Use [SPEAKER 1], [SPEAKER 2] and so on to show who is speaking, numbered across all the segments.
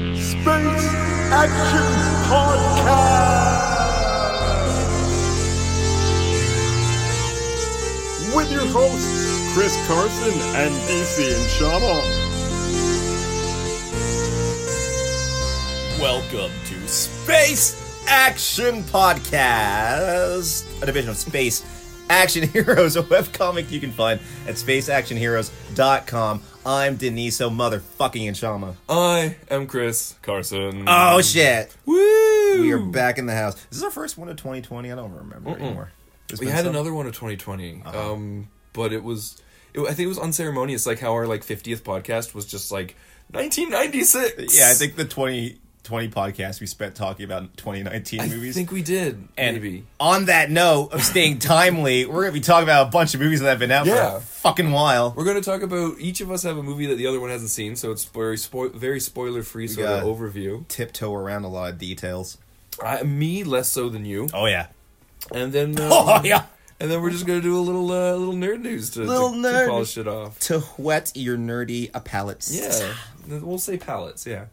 [SPEAKER 1] Bates Action Podcast with your hosts Chris Carson and DC and Shama.
[SPEAKER 2] Welcome to Space Action Podcast, a division of Space Action Heroes, a webcomic you can find at spaceactionheroes.com. I'm Deniso motherfucking Inshama.
[SPEAKER 3] Oh, I am Chris Carson.
[SPEAKER 2] Oh shit.
[SPEAKER 3] Woo!
[SPEAKER 2] We are back in the house. Is this our first one of 2020? I don't remember anymore. There's
[SPEAKER 3] We
[SPEAKER 2] been
[SPEAKER 3] had
[SPEAKER 2] some-
[SPEAKER 3] another one of 2020,
[SPEAKER 2] Uh-huh.
[SPEAKER 3] um, but it was, it, I think it was unceremonious, like how our like 50th podcast was just like 1996.
[SPEAKER 2] Yeah, I think the 2020 podcast we spent talking about 2019
[SPEAKER 3] I
[SPEAKER 2] movies.
[SPEAKER 3] think we did.
[SPEAKER 2] And
[SPEAKER 3] maybe.
[SPEAKER 2] on that note of staying timely, we're gonna be talking about a bunch of movies that have been out for
[SPEAKER 3] Yeah.
[SPEAKER 2] a fucking while.
[SPEAKER 3] We're gonna talk about each of us have a movie that the other one hasn't seen, so it's very spo- very spoiler free sort of
[SPEAKER 2] got-
[SPEAKER 3] overview.
[SPEAKER 2] tiptoe around a lot of details.
[SPEAKER 3] I, me less so than you,
[SPEAKER 2] Oh yeah.
[SPEAKER 3] and then um,
[SPEAKER 2] Oh yeah.
[SPEAKER 3] and then we're just gonna do a little uh, little nerd news to,
[SPEAKER 2] Little
[SPEAKER 3] to,
[SPEAKER 2] nerd.
[SPEAKER 3] to polish it off.
[SPEAKER 2] To whet your nerdy a palate.
[SPEAKER 3] Yeah, th- we'll say palettes. Yeah.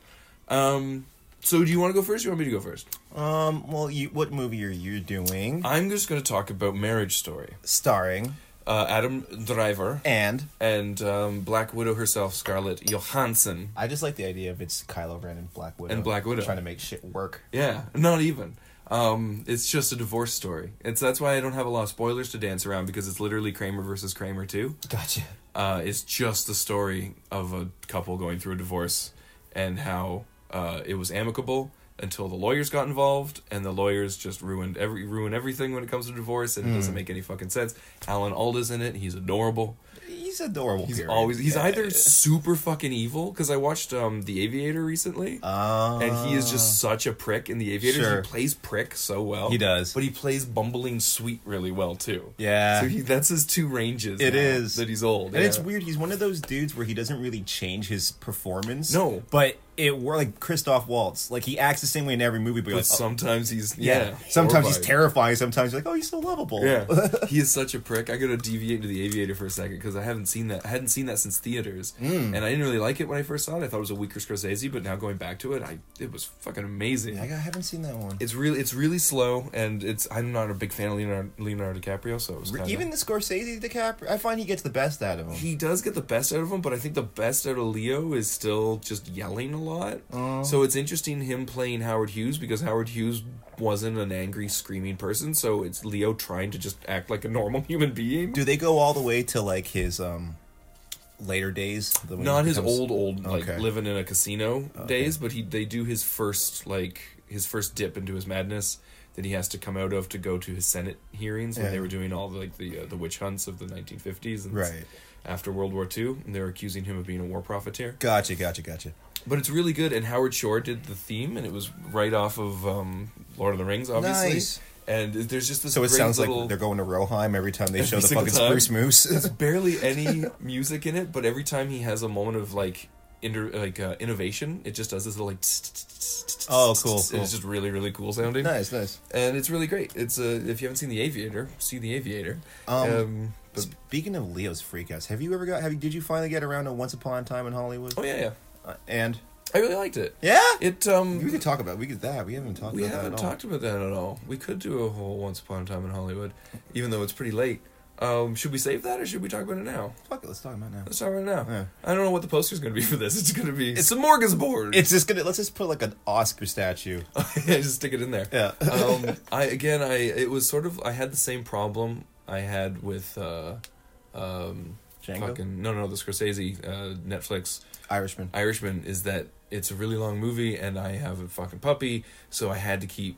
[SPEAKER 3] Um. So, do you want to go first? Or you want me to go first?
[SPEAKER 2] Um. Well, you. What movie are you doing?
[SPEAKER 3] I'm just going to talk about Marriage Story.
[SPEAKER 2] Starring
[SPEAKER 3] Uh, Adam Driver
[SPEAKER 2] and
[SPEAKER 3] and um, Black Widow herself, Scarlett Johansson.
[SPEAKER 2] I just like the idea of it's Kylo Ren and Black Widow.
[SPEAKER 3] And Black Widow.
[SPEAKER 2] trying to make shit work.
[SPEAKER 3] Yeah, not even. Um, it's just a divorce story. It's that's why I don't have a lot of spoilers to dance around because it's literally Kramer versus Kramer too.
[SPEAKER 2] Gotcha.
[SPEAKER 3] Uh, it's just the story of a couple going through a divorce and how uh, it was amicable until the lawyers got involved and the lawyers just ruined every ruin everything when it comes to divorce and it
[SPEAKER 2] Hmm.
[SPEAKER 3] doesn't make any fucking sense. Alan Alda's in it. He's adorable.
[SPEAKER 2] He's adorable.
[SPEAKER 3] He's
[SPEAKER 2] period.
[SPEAKER 3] always he's
[SPEAKER 2] Yeah.
[SPEAKER 3] either super fucking evil because I watched um The Aviator recently
[SPEAKER 2] Ah.
[SPEAKER 3] and he is just such a prick in The Aviator.
[SPEAKER 2] Sure.
[SPEAKER 3] He plays prick so well.
[SPEAKER 2] He does.
[SPEAKER 3] but he plays bumbling sweet really well too.
[SPEAKER 2] Yeah.
[SPEAKER 3] so he, that's his two ranges.
[SPEAKER 2] It
[SPEAKER 3] now
[SPEAKER 2] is.
[SPEAKER 3] that he's old,
[SPEAKER 2] And it's
[SPEAKER 3] yeah.
[SPEAKER 2] weird. He's one of those dudes where he doesn't really change his performance.
[SPEAKER 3] No.
[SPEAKER 2] But it were like Christoph Waltz. Like he acts the same way in every movie, but, you're
[SPEAKER 3] But
[SPEAKER 2] like, oh,
[SPEAKER 3] sometimes he's
[SPEAKER 2] yeah.
[SPEAKER 3] yeah.
[SPEAKER 2] Sometimes he's
[SPEAKER 3] horrifying.
[SPEAKER 2] terrifying. Sometimes you're like, oh, he's so lovable.
[SPEAKER 3] Yeah, he is such a prick. I gotta deviate to the Aviator for a second because I haven't seen that. I hadn't seen that since theaters,
[SPEAKER 2] Mm.
[SPEAKER 3] and I didn't really like it when I first saw it. I thought it was a weaker Scorsese, but now going back to it, I it was fucking amazing.
[SPEAKER 2] I haven't seen that one.
[SPEAKER 3] it's really it's really slow, and it's I'm not a big fan of Leonardo, Leonardo DiCaprio, so it was kinda,
[SPEAKER 2] Even the Scorsese DiCaprio, I find he gets the best out of him.
[SPEAKER 3] he does get the best out of him, but I think the best out of Leo is still just yelling a lot.
[SPEAKER 2] Oh.
[SPEAKER 3] So it's interesting him playing Howard Hughes because Howard Hughes wasn't an angry, screaming person. So it's Leo trying to just act like a normal human being.
[SPEAKER 2] Do they go all the way to like his um later days? The when
[SPEAKER 3] Not
[SPEAKER 2] he
[SPEAKER 3] his
[SPEAKER 2] becomes-
[SPEAKER 3] old, old like
[SPEAKER 2] Okay.
[SPEAKER 3] living in a casino days, but he they do his first like his first dip into his madness that he has to come out of to go to his Senate hearings when
[SPEAKER 2] Yeah.
[SPEAKER 3] they were doing all the, like the uh, the witch hunts of the 1950s and
[SPEAKER 2] Right.
[SPEAKER 3] after World War II, and they were accusing him of being a war profiteer.
[SPEAKER 2] Gotcha, gotcha, gotcha.
[SPEAKER 3] But it's really good, and Howard Shore did the theme, and it was right off of um, Lord of the Rings, obviously.
[SPEAKER 2] Nice.
[SPEAKER 3] And there's just this.
[SPEAKER 2] So it
[SPEAKER 3] great
[SPEAKER 2] sounds
[SPEAKER 3] little,
[SPEAKER 2] like they're going to Roheim every time they show
[SPEAKER 3] Every
[SPEAKER 2] the
[SPEAKER 3] single
[SPEAKER 2] fucking
[SPEAKER 3] time.
[SPEAKER 2] spruce moose.
[SPEAKER 3] barely any music in it, but every time he has a moment of like. Inter, like uh, innovation, it just does this little like.
[SPEAKER 2] Oh, cool, cool.
[SPEAKER 3] It's just really, really cool sounding,
[SPEAKER 2] nice, nice.
[SPEAKER 3] and it's really great. It's uh, if you haven't seen The Aviator, see The Aviator.
[SPEAKER 2] Um,
[SPEAKER 3] but-
[SPEAKER 2] Speaking of Leo's freakouts, have you ever got? Have you? Did you finally get around to Once Upon a Time in Hollywood?
[SPEAKER 3] oh yeah, yeah,
[SPEAKER 2] Uh, and
[SPEAKER 3] I really liked it.
[SPEAKER 2] yeah,
[SPEAKER 3] It um,
[SPEAKER 2] we could talk about we could that. We haven't talked
[SPEAKER 3] We
[SPEAKER 2] about
[SPEAKER 3] haven't
[SPEAKER 2] that at all.
[SPEAKER 3] talked about that at all. We could do a whole Once Upon a Time in Hollywood, even though it's pretty late. Um, should we save that or should we talk about it now?
[SPEAKER 2] Fuck it, let's talk about it now.
[SPEAKER 3] Let's talk about it now.
[SPEAKER 2] Yeah.
[SPEAKER 3] I don't know what the poster's going to be for this. It's going to be it's a smorgasbord.
[SPEAKER 2] It's just gonna let's just put like an Oscar statue.
[SPEAKER 3] yeah, just stick it in there.
[SPEAKER 2] Yeah.
[SPEAKER 3] um, I again, I it was sort of I had the same problem I had with uh, um,
[SPEAKER 2] Django?
[SPEAKER 3] fucking no no the Scorsese uh, Netflix
[SPEAKER 2] Irishman.
[SPEAKER 3] Irishman is that it's a really long movie and I have a fucking puppy, so I had to keep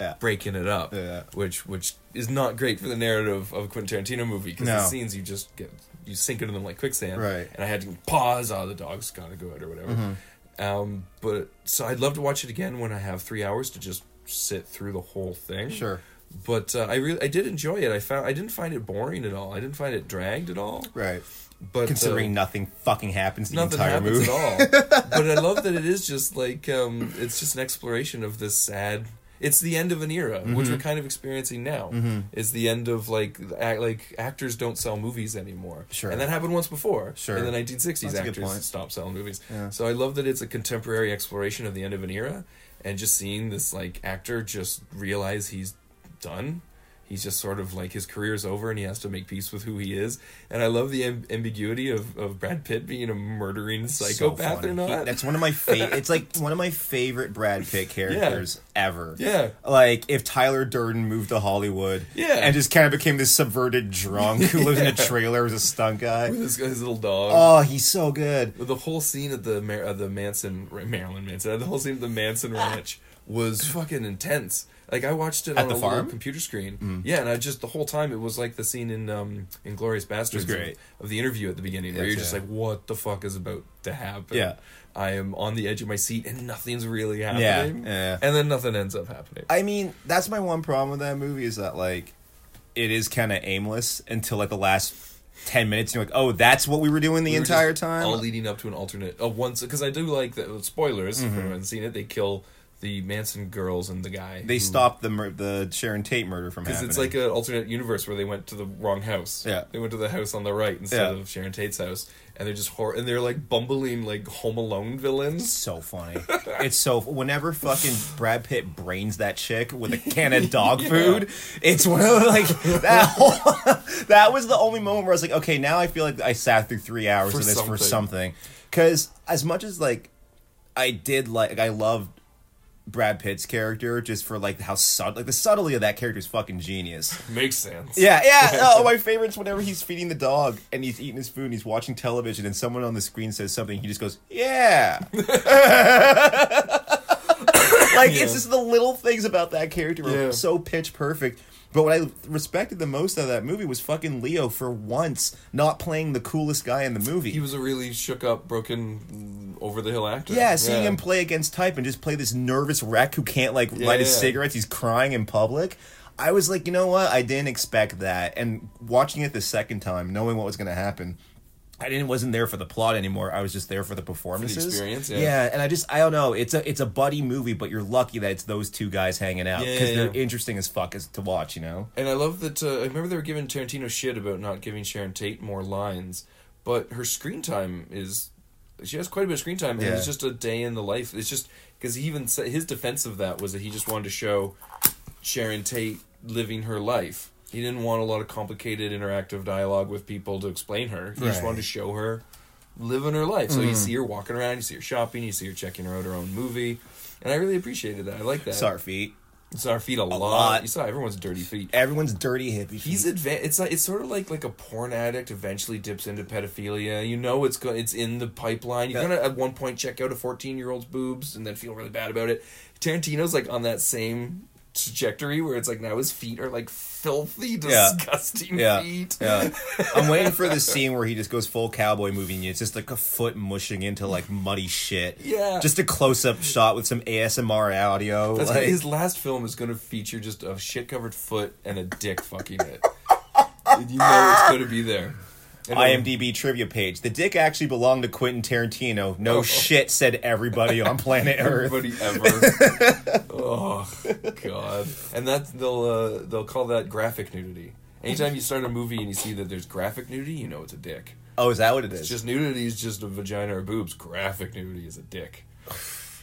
[SPEAKER 2] Yeah.
[SPEAKER 3] breaking it up,
[SPEAKER 2] Yeah.
[SPEAKER 3] which which is not great for the narrative of a Quentin Tarantino movie because
[SPEAKER 2] No.
[SPEAKER 3] the scenes you just get you sink into them like quicksand.
[SPEAKER 2] Right.
[SPEAKER 3] And I had to pause. Oh, the dog's gotta go out or whatever.
[SPEAKER 2] Mm-hmm.
[SPEAKER 3] Um, but so I'd love to watch it again when I have three hours to just sit through the whole thing.
[SPEAKER 2] Sure.
[SPEAKER 3] But uh, I really I did enjoy it. I found I didn't find it boring at all. I didn't find it dragged at all.
[SPEAKER 2] Right.
[SPEAKER 3] But uh,
[SPEAKER 2] Considering nothing fucking happens the
[SPEAKER 3] nothing
[SPEAKER 2] entire
[SPEAKER 3] happens
[SPEAKER 2] movie.
[SPEAKER 3] at all. but I love that it is just like um, it's just an exploration of this sad. it's the end of an era, which
[SPEAKER 2] Mm-hmm.
[SPEAKER 3] we're kind of experiencing now. Is the end of like act, like actors don't sell movies anymore.
[SPEAKER 2] Sure.
[SPEAKER 3] and that happened once before.
[SPEAKER 2] Sure.
[SPEAKER 3] in the 1960s,
[SPEAKER 2] That's a good point.
[SPEAKER 3] actors stopped selling movies.
[SPEAKER 2] Yeah.
[SPEAKER 3] So I love that it's a contemporary exploration of the end of an era, and just seeing this like actor just realize he's done. He's just sort of like his career's over and he has to make peace with who he is. And I love the am- ambiguity of, of Brad Pitt being a murdering psychopath
[SPEAKER 2] funny.
[SPEAKER 3] or not.
[SPEAKER 2] He- that's one of my favorite. it's like one of my favorite Brad Pitt characters ever.
[SPEAKER 3] Yeah.
[SPEAKER 2] Like if Tyler Durden moved to Hollywood.
[SPEAKER 3] Yeah.
[SPEAKER 2] And just kind of became this subverted drunk who lives in a trailer as a stunt guy.
[SPEAKER 3] with his, his little dog.
[SPEAKER 2] Oh, he's so good.
[SPEAKER 3] But the whole scene at the Mar- uh, the Manson Maryland Manson, the whole scene at the Manson Ranch was fucking intense. Like I watched it
[SPEAKER 2] Ah. At
[SPEAKER 3] on
[SPEAKER 2] the
[SPEAKER 3] a little
[SPEAKER 2] farm? Mm.
[SPEAKER 3] computer screen. Yeah, and I just the whole time it was like the scene in um Inglorious Bastards
[SPEAKER 2] It was great.
[SPEAKER 3] Of, of the interview at the beginning where
[SPEAKER 2] Yes,
[SPEAKER 3] you're just
[SPEAKER 2] yeah.
[SPEAKER 3] like what the fuck is about to happen.
[SPEAKER 2] Yeah.
[SPEAKER 3] I am on the edge of my seat and nothing's really
[SPEAKER 2] Yeah,
[SPEAKER 3] happening.
[SPEAKER 2] yeah.
[SPEAKER 3] And then nothing ends up happening.
[SPEAKER 2] I mean, that's my one problem with that movie is that like it is kind of aimless until like the last ten minutes. And you're like, oh, that's what we were doing the
[SPEAKER 3] We were
[SPEAKER 2] entire
[SPEAKER 3] just
[SPEAKER 2] time.
[SPEAKER 3] all leading up to an alternate a once because i do like the spoilers
[SPEAKER 2] Mm-hmm.
[SPEAKER 3] if anyone hasn't seen it they kill the manson girls and the guy
[SPEAKER 2] they
[SPEAKER 3] who-
[SPEAKER 2] stopped the mur- the Sharon Tate murder from
[SPEAKER 3] because
[SPEAKER 2] happening.
[SPEAKER 3] it's like an alternate universe where they went to the wrong house
[SPEAKER 2] Yeah.
[SPEAKER 3] they went to the house on the right instead
[SPEAKER 2] Yeah.
[SPEAKER 3] of sharon tate's house and they're just hor- and they're like bumbling like home alone villains
[SPEAKER 2] so funny. it's so whenever fucking Brad Pitt brains that chick with a can of dog
[SPEAKER 3] Yeah.
[SPEAKER 2] food, it's one of like that. Whole, that was the only moment where I was like, okay, now I feel like I sat through three hours
[SPEAKER 3] For
[SPEAKER 2] of this for
[SPEAKER 3] something.
[SPEAKER 2] something. Because as much as like I did like I loved Brad Pitt's character just for like how subtle like the subtlety of that character is fucking genius.
[SPEAKER 3] makes sense
[SPEAKER 2] Yeah, yeah. Oh, my favorite's whenever he's feeding the dog and he's eating his food and he's watching television and someone on the screen says something, he just goes, "Yeah." like
[SPEAKER 3] Yeah.
[SPEAKER 2] it's just the little things about that character were
[SPEAKER 3] Yeah.
[SPEAKER 2] so pitch perfect. But what I respected the most out of that movie was fucking Leo for once not playing the coolest guy in the movie.
[SPEAKER 3] he was a really shook up broken over the hill actor
[SPEAKER 2] yeah, seeing him play against type and just play this nervous wreck who can't like light his
[SPEAKER 3] yeah.
[SPEAKER 2] cigarettes. He's crying in public. I was like, you know what? I didn't expect that. And watching it the second time, knowing what was going to happen, I didn't wasn't there for the plot anymore. I was just there for the performances.
[SPEAKER 3] experience, yeah.
[SPEAKER 2] and I just I don't know. It's a it's a buddy movie, but you're lucky that it's those two guys hanging out
[SPEAKER 3] Yeah,
[SPEAKER 2] because
[SPEAKER 3] yeah,
[SPEAKER 2] they're
[SPEAKER 3] yeah.
[SPEAKER 2] interesting as fuck as to watch. You know.
[SPEAKER 3] And I love that. Uh, I remember they were giving Tarantino shit about not giving Sharon Tate more lines, but her screen time is. She has quite a bit of screen time, and
[SPEAKER 2] Yeah.
[SPEAKER 3] it's just a day in the life. It's just because he even said his defense of that was that he just wanted to show Sharon Tate living her life. He didn't want a lot of complicated interactive dialogue with people to explain her. He just
[SPEAKER 2] Right. Mm-hmm.
[SPEAKER 3] wanted to show her living her life. So you see her walking around, you see her shopping, you see her checking her out her own movie, and I really appreciated that. I like that.
[SPEAKER 2] Sorry, feet.
[SPEAKER 3] saw her feet a, lot.
[SPEAKER 2] lot.
[SPEAKER 3] You saw everyone's dirty feet.
[SPEAKER 2] Everyone's dirty hippie.
[SPEAKER 3] He's advan It's like it's sort of like like a porn addict eventually dips into pedophilia. You know it's go- it's in the pipeline. You're
[SPEAKER 2] Yeah.
[SPEAKER 3] gonna at one point check out a fourteen year old's boobs and then feel really bad about it. Tarantino's like on that same trajectory where it's like now his feet are like filthy,
[SPEAKER 2] Yeah.
[SPEAKER 3] disgusting
[SPEAKER 2] Yeah,
[SPEAKER 3] feet.
[SPEAKER 2] yeah. I'm waiting for the scene where he just goes full cowboy movie and it's just like a foot mushing into like muddy shit.
[SPEAKER 3] Yeah.
[SPEAKER 2] Just a close up shot with some ASMR audio.
[SPEAKER 3] That's
[SPEAKER 2] like,
[SPEAKER 3] gonna- his last film is going to feature just a shit covered foot and a dick fucking it. you know it's going to be there. And then-
[SPEAKER 2] IMDb trivia page. The dick actually belonged to Quentin Tarantino. No shit, said everybody on planet Earth.
[SPEAKER 3] Oh. everybody ever. oh god! And that they'll uh, they'll call that graphic nudity. Anytime you start a movie and you see that there's graphic nudity, you know it's a dick.
[SPEAKER 2] Oh, is that what it is?
[SPEAKER 3] It's just nudity is just a vagina or boobs. Graphic nudity is a dick.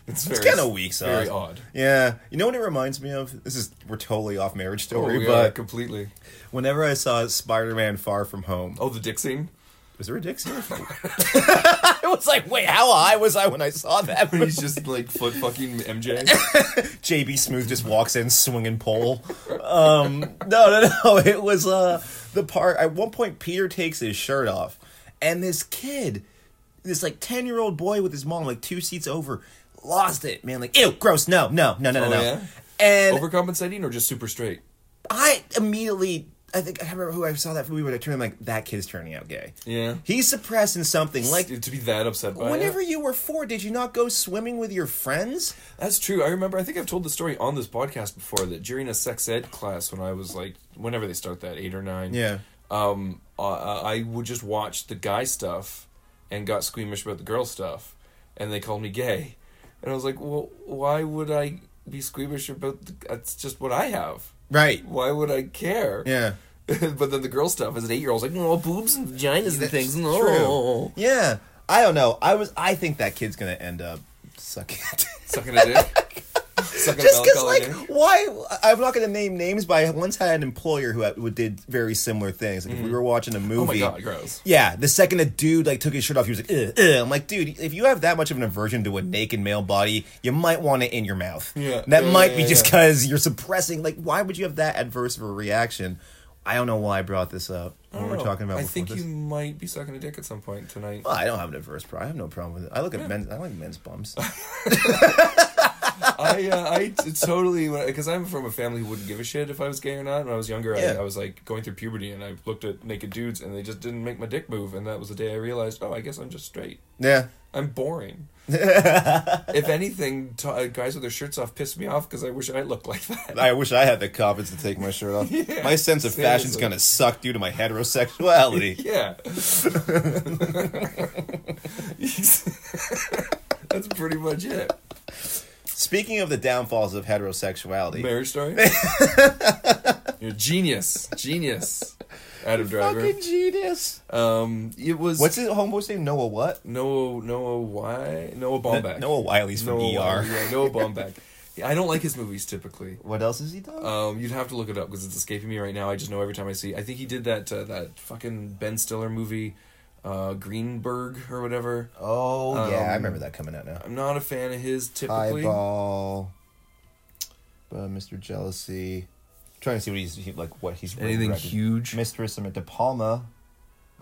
[SPEAKER 3] It's, very
[SPEAKER 2] kinda weak sauce.
[SPEAKER 3] Very odd.
[SPEAKER 2] yeah. You know what it reminds me of? This is we're totally off marriage
[SPEAKER 3] Oh,
[SPEAKER 2] story,
[SPEAKER 3] yeah,
[SPEAKER 2] but
[SPEAKER 3] completely.
[SPEAKER 2] whenever I saw Spider Man Far From Home,
[SPEAKER 3] Oh, the dick scene.
[SPEAKER 2] was there a dick scene? I was like, wait, how high was I when I saw that?
[SPEAKER 3] He's just like foot fucking MJ.
[SPEAKER 2] JB Smooth just walks in swinging pole. Um, no, no, no. It was uh, the part. At one point, Peter takes his shirt off, and this kid, this like ten year old boy with his mom, like two seats over, lost it. Man, like ew, gross. No, no, no, no, no,
[SPEAKER 3] Oh,
[SPEAKER 2] no.
[SPEAKER 3] yeah?
[SPEAKER 2] And
[SPEAKER 3] Overcompensating or just super straight.
[SPEAKER 2] I immediately, I think I can't remember who I saw that movie when I turned. I'm like, that kid's turning out gay.
[SPEAKER 3] Yeah.
[SPEAKER 2] He's suppressing something. Like,
[SPEAKER 3] to be that upset by it.
[SPEAKER 2] whenever you were four, did you not go swimming with your friends?
[SPEAKER 3] That's true. I remember. I think I've told the story on this podcast before that during a sex ed class when I was like, whenever they start that eight or nine,
[SPEAKER 2] Yeah.
[SPEAKER 3] um, uh, I would just watch the guy stuff and got squeamish about the girl stuff, and they called me gay, and I was like, well, why would I? be squeamish about. The, that's just what I have.
[SPEAKER 2] Right.
[SPEAKER 3] Why would I care?
[SPEAKER 2] Yeah.
[SPEAKER 3] but then the girl stuff as an eight year old's like, oh, boobs and vaginas and
[SPEAKER 2] That's
[SPEAKER 3] things. and
[SPEAKER 2] true.
[SPEAKER 3] oh."
[SPEAKER 2] Yeah. I don't know. I was. I think that kid's gonna end up sucking. a dick.
[SPEAKER 3] Sucking a dick. Sucking
[SPEAKER 2] Just because,
[SPEAKER 3] melancholy
[SPEAKER 2] like,
[SPEAKER 3] dick.
[SPEAKER 2] why? I'm not going to name names, but I once had an employer who had- who did very similar things. Like, if we were watching a movie,
[SPEAKER 3] Oh my god, gross.
[SPEAKER 2] Yeah, the second a dude like took his shirt off, he was like, Ugh, ugh. I'm like, dude, if you have that much of an aversion to a naked male body, you might want it in your mouth.
[SPEAKER 3] Yeah.
[SPEAKER 2] that
[SPEAKER 3] Yeah,
[SPEAKER 2] might
[SPEAKER 3] yeah,
[SPEAKER 2] be
[SPEAKER 3] yeah,
[SPEAKER 2] just
[SPEAKER 3] yeah.
[SPEAKER 2] because you're suppressing. Like, why would you have that adverse of a reaction? I don't know why I brought this up.
[SPEAKER 3] I
[SPEAKER 2] What
[SPEAKER 3] don't
[SPEAKER 2] we're
[SPEAKER 3] know.
[SPEAKER 2] talking about.
[SPEAKER 3] Oh, I
[SPEAKER 2] before
[SPEAKER 3] think
[SPEAKER 2] this.
[SPEAKER 3] you might be sucking a dick at some point tonight.
[SPEAKER 2] Well, I don't have an adverse. Pro- I have no problem with it. I look at men's. I like men's bumps.
[SPEAKER 3] I uh, I t- totally because I'm from a family who wouldn't give a shit if I was gay or not. When I was younger,
[SPEAKER 2] Yeah.
[SPEAKER 3] I, I was like going through puberty, and I looked at naked dudes, and they just didn't make my dick move. And that was the day I realized, oh, I guess I'm just straight.
[SPEAKER 2] yeah.
[SPEAKER 3] I'm boring. if anything, t- uh, guys with their shirts off piss me off because I wish I looked like that.
[SPEAKER 2] I wish I had the confidence to take my shirt off.
[SPEAKER 3] Yeah,
[SPEAKER 2] my sense of fashion's
[SPEAKER 3] seriously.
[SPEAKER 2] gonna suck due to my heterosexuality.
[SPEAKER 3] Yeah. That's pretty much it.
[SPEAKER 2] Speaking of the downfalls of heterosexuality,
[SPEAKER 3] Marriage story. You're a genius, genius. Adam Driver.
[SPEAKER 2] fucking genius.
[SPEAKER 3] Um, it was
[SPEAKER 2] What's his homeboy's name? Noah what?
[SPEAKER 3] Noah Noah Why Noah Baumbach.
[SPEAKER 2] Noah Wiley's from
[SPEAKER 3] Noah
[SPEAKER 2] ER.
[SPEAKER 3] Wyle- Yeah, Noah Baumbach. Yeah, I don't like his movies typically.
[SPEAKER 2] What else has he done?
[SPEAKER 3] Um, you'd have to look it up because it's escaping me right now. I just know every time I see. I think he did that uh, that fucking Ben Stiller movie, uh, Greenberg or whatever.
[SPEAKER 2] oh yeah, I
[SPEAKER 3] um,
[SPEAKER 2] remember that coming out now.
[SPEAKER 3] I'm not a fan of his typically.
[SPEAKER 2] Eyeball, uh, Mr. Jealousy. trying to see what he's he, like. What he's really
[SPEAKER 3] Anything
[SPEAKER 2] directed.
[SPEAKER 3] huge?
[SPEAKER 2] Mistress of De Palma.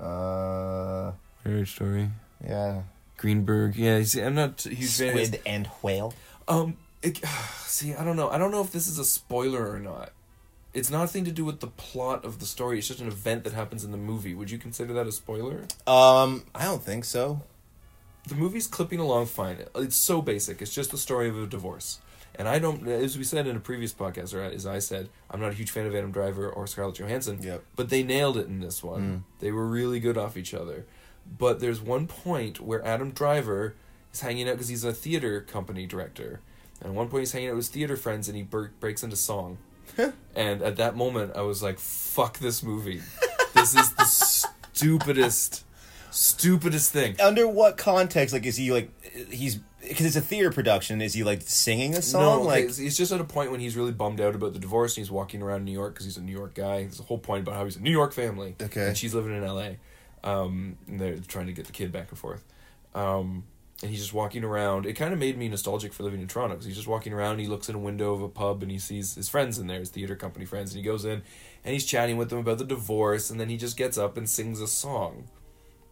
[SPEAKER 2] Uh,
[SPEAKER 3] Marriage Story.
[SPEAKER 2] yeah.
[SPEAKER 3] Greenberg. Yeah, see, I'm not a huge fan. of his-
[SPEAKER 2] Squid and whale.
[SPEAKER 3] Um, it, see, I don't know. I don't know if this is a spoiler or not. It's not a thing to do with the plot of the story. It's just an event that happens in the movie. Would you consider that a spoiler?
[SPEAKER 2] Um, I don't think so.
[SPEAKER 3] the movie's clipping along fine. It's so basic. It's just the story of a divorce. And I don't, as we said in a previous podcast, or as I said, I'm not a huge fan of Adam Driver or Scarlett Johansson.
[SPEAKER 2] Yep.
[SPEAKER 3] But they nailed it in this one. They were really good off each other. But there's one point where Adam Driver is hanging out because he's a theater company director. And at one point he's hanging out with his theater friends and he ber- breaks into song. and at that moment I was like, fuck this movie. this is the stupidest, stupidest thing.
[SPEAKER 2] Under what context? Like, is he like he's because it's a theater production? Is he like singing a song?
[SPEAKER 3] No,
[SPEAKER 2] like,
[SPEAKER 3] it's, it's just at a point when he's really bummed out about the divorce and he's walking around New York because he's a New York guy. There's a whole point about how he's a New York family.
[SPEAKER 2] Okay.
[SPEAKER 3] And she's living in L.A. Um, and they're trying to get the kid back and forth. Um, and he's just walking around. It kind of made me nostalgic for living in Toronto because he's just walking around. And he looks in a window of a pub and he sees his friends in there, his theater company friends, and he goes in and he's chatting with them about the divorce. And then he just gets up and sings a song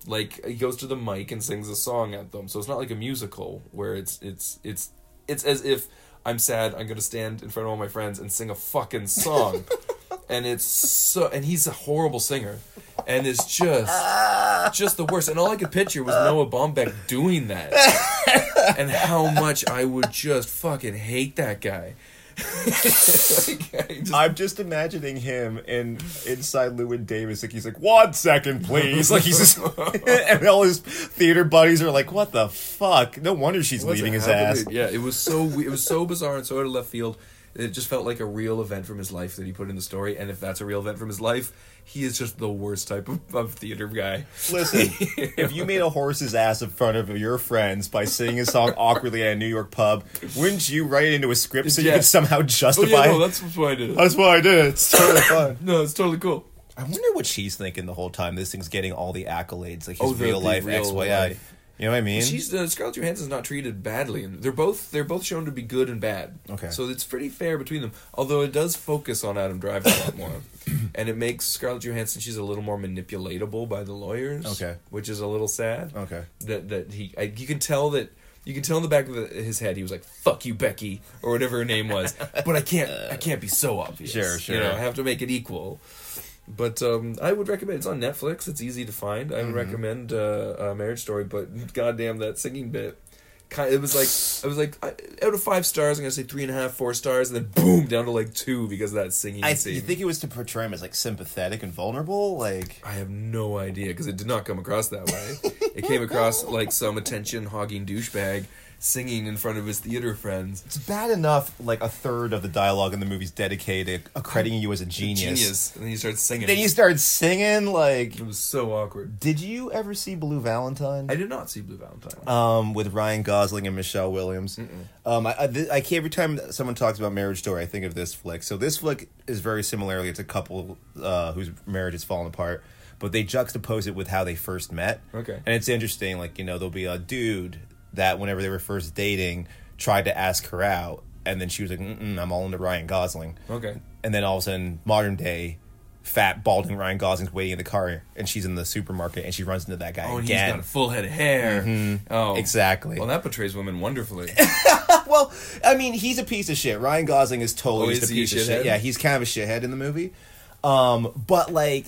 [SPEAKER 3] like he goes to the mic and sings a song at them. So it's not like a musical where it's it's it's it's as if I'm sad, I'm gonna stand in front of all my friends and sing a fucking song. and it's so and he's a horrible singer. And it's just just the worst. And all I could picture was Noah Baumbach doing that. and how much I would just fucking hate that guy. Like, I just-
[SPEAKER 2] I'm just imagining him in inside Lewin Davis, like he's like, one second, please. Like he's just and all his theater buddies are like, What the fuck? No wonder she's
[SPEAKER 3] What's
[SPEAKER 2] leaving his
[SPEAKER 3] happening?
[SPEAKER 2] ass.
[SPEAKER 3] Yeah, it was so we- it was so bizarre and so out of left field. It just felt like a real event from his life that he put in the story. And if that's a real event from his life, he is just the worst type of, of theater guy.
[SPEAKER 2] Listen, if you made a horse's ass in front of your friends by singing a song awkwardly at a New York pub, wouldn't you write it into a script so you
[SPEAKER 3] Yeah.
[SPEAKER 2] could somehow
[SPEAKER 3] Oh
[SPEAKER 2] justify
[SPEAKER 3] yeah, no,
[SPEAKER 2] it?
[SPEAKER 3] that's why I did it.
[SPEAKER 2] That's why I did it. It's totally fun.
[SPEAKER 3] No, it's totally cool.
[SPEAKER 2] I wonder what she's thinking the whole time this thing's getting all the accolades, like his
[SPEAKER 3] Oh, the-
[SPEAKER 2] real
[SPEAKER 3] the
[SPEAKER 2] life
[SPEAKER 3] real
[SPEAKER 2] XYI.
[SPEAKER 3] life.
[SPEAKER 2] You know what I mean?
[SPEAKER 3] She's uh, Scarlett Johansson's not treated badly, and they're both they're both shown to be good and bad.
[SPEAKER 2] Okay.
[SPEAKER 3] so it's pretty fair between them. Although it does focus on Adam Driver a lot more, and it makes Scarlett Johansson she's a little more manipulatable by the lawyers.
[SPEAKER 2] Okay.
[SPEAKER 3] which is a little sad.
[SPEAKER 2] Okay.
[SPEAKER 3] that that he I, you can tell that. You can tell in the back of the, his head he was like "fuck you, Becky" or whatever her name was, but I can't. I can't be so obvious.
[SPEAKER 2] Sure,
[SPEAKER 3] You
[SPEAKER 2] sure.
[SPEAKER 3] know, I have to make it equal. But um, I would recommend. It's on
[SPEAKER 2] Mm-hmm.
[SPEAKER 3] Netflix. It's easy to find. I would recommend uh, uh, Marriage Story, but goddamn that singing bit Kind it was like I was like I, out of five stars, I'm gonna say three and a half, four stars, and then boom down to like two because of that singing
[SPEAKER 2] I
[SPEAKER 3] scene.
[SPEAKER 2] you think it was to portray him as like sympathetic and vulnerable, like
[SPEAKER 3] I have no idea because it did not come across that way. it came across like some attention hogging douchebag singing in front of his theater friends.
[SPEAKER 2] it's bad enough. Like a third of the dialogue in the movie's dedicated to crediting you as a genius.
[SPEAKER 3] Genius. And then he starts singing.
[SPEAKER 2] Then you start singing. Like,
[SPEAKER 3] it was so awkward.
[SPEAKER 2] did you ever see Blue Valentine?
[SPEAKER 3] I did not see Blue Valentine.
[SPEAKER 2] um, with Ryan Gosling and Michelle Williams. Um, I, I, th- I can't, every time someone talks about Marriage Story, I think of this flick. So this flick is very similarly, it's a couple uh, whose marriage has fallen apart, but they juxtapose it with how they first met.
[SPEAKER 3] Okay.
[SPEAKER 2] and it's interesting. Like you know, there'll be a dude that whenever they were first dating tried to ask her out, and then she was like, Mm-mm, "I'm all into Ryan Gosling."
[SPEAKER 3] okay.
[SPEAKER 2] and then all of a sudden, modern day. Fat, balding Ryan Gosling's waiting in the car, and she's in the supermarket, and she runs into that guy
[SPEAKER 3] Oh, and he's got
[SPEAKER 2] again. Mm-hmm.
[SPEAKER 3] a full head of hair. Oh,
[SPEAKER 2] Exactly.
[SPEAKER 3] Well, that portrays women wonderfully.
[SPEAKER 2] Well, I mean, he's a piece of shit. Ryan Gosling is totally
[SPEAKER 3] Oh,
[SPEAKER 2] just
[SPEAKER 3] is
[SPEAKER 2] a
[SPEAKER 3] he a
[SPEAKER 2] piece of
[SPEAKER 3] shithead?
[SPEAKER 2] shit. Yeah, he's kind of a shithead in the movie. Um, but like,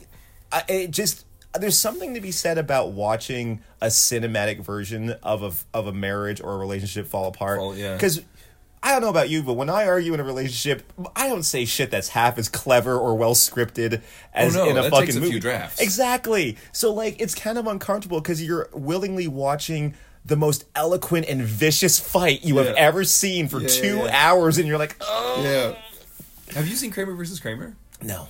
[SPEAKER 2] I, it just there's something to be said about watching a cinematic version of a of a marriage or a relationship fall apart.
[SPEAKER 3] Fall- yeah.
[SPEAKER 2] Because I don't know about you, but when I argue in a relationship, I don't say shit that's half as clever or well scripted as
[SPEAKER 3] Oh, no,
[SPEAKER 2] in a
[SPEAKER 3] that
[SPEAKER 2] fucking
[SPEAKER 3] takes a few
[SPEAKER 2] movie.
[SPEAKER 3] drafts.
[SPEAKER 2] Exactly. So like, it's kind of uncomfortable because you're willingly watching. The most eloquent and vicious fight you have
[SPEAKER 3] Yeah.
[SPEAKER 2] ever seen for
[SPEAKER 3] Yeah, yeah,
[SPEAKER 2] two
[SPEAKER 3] yeah.
[SPEAKER 2] hours, and you're like, oh
[SPEAKER 3] yeah. Have you seen Kramer versus Kramer?
[SPEAKER 2] no.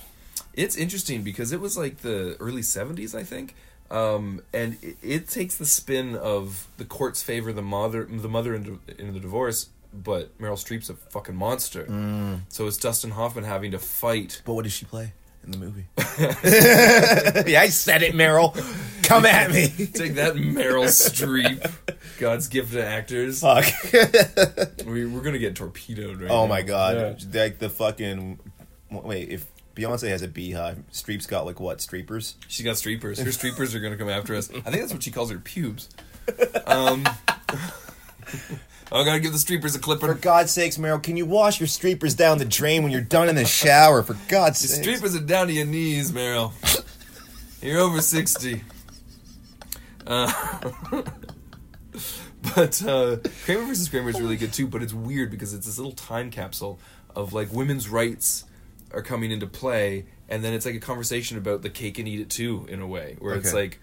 [SPEAKER 3] It's interesting because it was like the early 70s, I think. Um, and it, it takes the spin of the courts favor the mother the mother in, in the divorce, but Meryl Streep's a fucking monster.
[SPEAKER 2] Mm.
[SPEAKER 3] So it's Dustin Hoffman having to fight.
[SPEAKER 2] But what does she play in the movie? yeah, I said it, Meryl. Come at me.
[SPEAKER 3] Take that, Meryl Streep, God's gift to actors.
[SPEAKER 2] Fuck.
[SPEAKER 3] We, we're gonna get torpedoed right now.
[SPEAKER 2] Oh my god.
[SPEAKER 3] Yeah.
[SPEAKER 2] Like the fucking wait, if Beyonce has a beehive, Streep's got like what streepers?
[SPEAKER 3] She's got streepers. Her streepers are gonna come after us. I think that's what she calls her pubes. Um, I gotta give the streepers a
[SPEAKER 2] For
[SPEAKER 3] clipper.
[SPEAKER 2] God's sakes, Meryl, can you wash your streepers down the drain when you're done in the shower? For God's
[SPEAKER 3] The
[SPEAKER 2] sake.
[SPEAKER 3] streepers are down to your knees, Meryl. You're over sixty. Uh, but uh, Kramer versus Kramer is really good too. But it's weird because it's this little time capsule of like women's rights are coming into play, and then it's like a conversation about the cake and eat it too in a way, where it's
[SPEAKER 2] Okay.
[SPEAKER 3] like.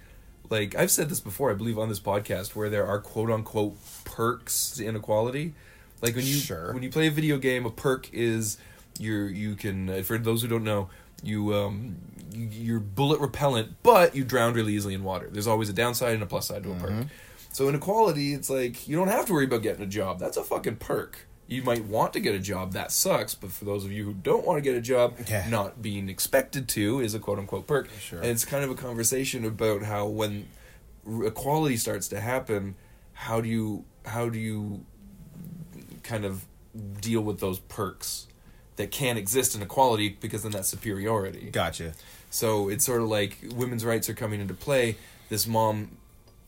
[SPEAKER 3] like I've said this before, I believe on this podcast, where there are quote unquote perks to inequality. Like when you
[SPEAKER 2] Sure.
[SPEAKER 3] when you play a video game, a perk is you're you can uh, for those who don't know you um you- you're bullet repellent, but you drown really easily in water. There's always a downside and a plus side to a perk. So inequality, it's like you don't have to worry about getting a job. That's a fucking perk. You might want to get a job. That sucks. But for those of you who don't want to get a job,
[SPEAKER 2] Yeah.
[SPEAKER 3] not being expected to is a quote unquote perk.
[SPEAKER 2] Sure.
[SPEAKER 3] And it's kind of a conversation about how when r- equality starts to happen, how do you how do you kind of deal with those perks that can't exist in equality because then that's superiority.
[SPEAKER 2] Gotcha.
[SPEAKER 3] So it's sort of like women's rights are coming into play. This mom,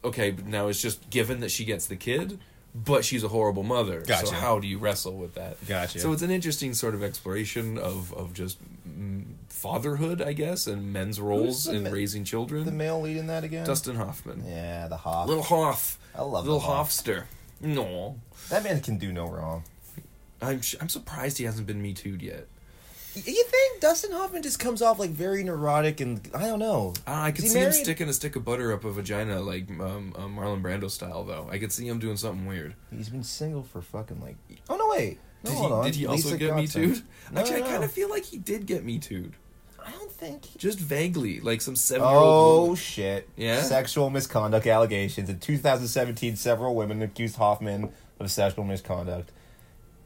[SPEAKER 3] okay, but now it's just given that she gets the kid, but she's a horrible mother. So
[SPEAKER 2] Gotcha.
[SPEAKER 3] how do you wrestle with that?
[SPEAKER 2] Gotcha.
[SPEAKER 3] So it's an interesting sort of exploration of of just mm, fatherhood, I guess, and men's roles
[SPEAKER 2] the
[SPEAKER 3] in
[SPEAKER 2] ma-
[SPEAKER 3] raising children.
[SPEAKER 2] The male lead in that again?
[SPEAKER 3] Dustin Hoffman,
[SPEAKER 2] Yeah, the Hoff.
[SPEAKER 3] little Hoff,
[SPEAKER 2] I love
[SPEAKER 3] little
[SPEAKER 2] the Hoff.
[SPEAKER 3] Hoffster. No,
[SPEAKER 2] That man can do no wrong.
[SPEAKER 3] I'm sh- I'm surprised he hasn't been me too'd yet.
[SPEAKER 2] Y- You think Dustin Hoffman just comes off like very neurotic and I don't know.
[SPEAKER 3] Ah, I could
[SPEAKER 2] Is
[SPEAKER 3] see
[SPEAKER 2] he
[SPEAKER 3] him
[SPEAKER 2] married?
[SPEAKER 3] sticking a stick of butter up a vagina like um, um, Marlon Brando style, though. I could see him doing something weird.
[SPEAKER 2] He's been single for fucking like. Oh no, wait. No,
[SPEAKER 3] Did he,
[SPEAKER 2] hold on.
[SPEAKER 3] did he also
[SPEAKER 2] Lisa
[SPEAKER 3] get Me
[SPEAKER 2] Gottfried.
[SPEAKER 3] Too'd?
[SPEAKER 2] No,
[SPEAKER 3] Actually,
[SPEAKER 2] no,
[SPEAKER 3] I kind
[SPEAKER 2] no.
[SPEAKER 3] of feel like he did get Me Too'd.
[SPEAKER 2] I don't think. He...
[SPEAKER 3] Just vaguely, like some seven year
[SPEAKER 2] Oh
[SPEAKER 3] old.
[SPEAKER 2] shit!
[SPEAKER 3] Yeah?
[SPEAKER 2] Sexual misconduct allegations in 2017. Several women accused Hoffman of sexual misconduct.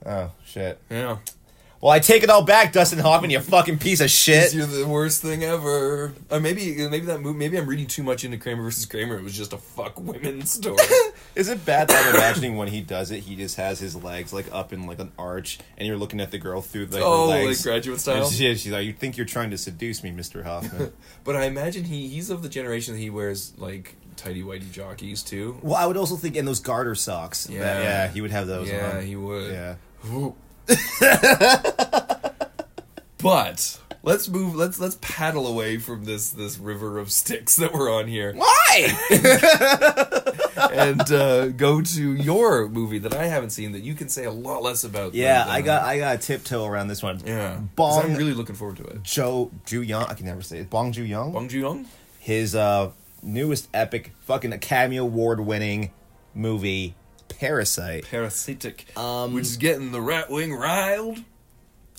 [SPEAKER 2] Oh shit!
[SPEAKER 3] Yeah.
[SPEAKER 2] Well, I take it all back, Dustin Hoffman. You fucking piece of shit.
[SPEAKER 3] You're the worst thing ever. Or maybe maybe that movie, maybe I'm reading too much into Kramer versus Kramer. It was just a fuck women story.
[SPEAKER 2] Is it bad that I'm imagining when he does it, he just has his legs like up in like an arch, and you're looking at the girl through like,
[SPEAKER 3] oh,
[SPEAKER 2] her
[SPEAKER 3] like
[SPEAKER 2] legs?
[SPEAKER 3] graduate
[SPEAKER 2] And
[SPEAKER 3] style.
[SPEAKER 2] she- she's like, you think you're trying to seduce me, Mister Hoffman?
[SPEAKER 3] But I imagine he he's of the generation that he wears like tidy whitey jockeys too.
[SPEAKER 2] Well, I would also think in those garter socks. Yeah,
[SPEAKER 3] Yeah.
[SPEAKER 2] yeah, he would have those.
[SPEAKER 3] yeah,
[SPEAKER 2] on.
[SPEAKER 3] he would.
[SPEAKER 2] Yeah.
[SPEAKER 3] But let's move. Let's let's paddle away from this this river of sticks that we're on here.
[SPEAKER 2] Why?
[SPEAKER 3] and uh, go to your movie that I haven't seen that you can say a lot less about. than-
[SPEAKER 2] Yeah,
[SPEAKER 3] than
[SPEAKER 2] I got I got to tiptoe around this one.
[SPEAKER 3] Yeah, 'Cause
[SPEAKER 2] Bong-
[SPEAKER 3] I'm really looking forward to it.
[SPEAKER 2] Joe Ju Young, I can never say it. Bong Ju Young.
[SPEAKER 3] Bong Joon Young.
[SPEAKER 2] his uh, newest epic, fucking Academy Award winning movie, Parasite.
[SPEAKER 3] Parasitic,
[SPEAKER 2] Um,
[SPEAKER 3] which is getting the right wing riled.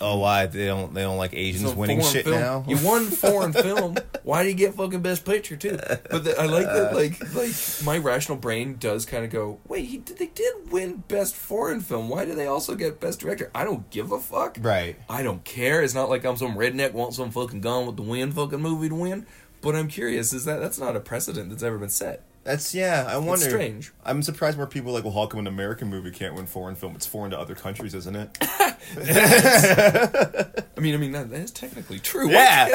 [SPEAKER 2] Oh, why they don't they don't like Asians
[SPEAKER 3] It's a
[SPEAKER 2] winning
[SPEAKER 3] foreign
[SPEAKER 2] shit
[SPEAKER 3] film.
[SPEAKER 2] now?
[SPEAKER 3] You won foreign film. Why do you get fucking best picture too? But the, I like that. Like, like my rational brain does kind of go, wait, he, did- they did win best foreign film. Why do they also get best director? I don't give a fuck.
[SPEAKER 2] Right.
[SPEAKER 3] I don't care. It's not like I'm some redneck want some fucking gun with the win fucking movie to win. But I'm curious. Is that that's not a precedent that's ever been set?
[SPEAKER 2] That's yeah. I wonder.
[SPEAKER 3] strange.
[SPEAKER 1] I'm surprised more people are like, well, how come an American movie can't win foreign film? It's foreign to other countries, isn't it?
[SPEAKER 3] I mean, I mean that, that is technically true.
[SPEAKER 2] Yeah,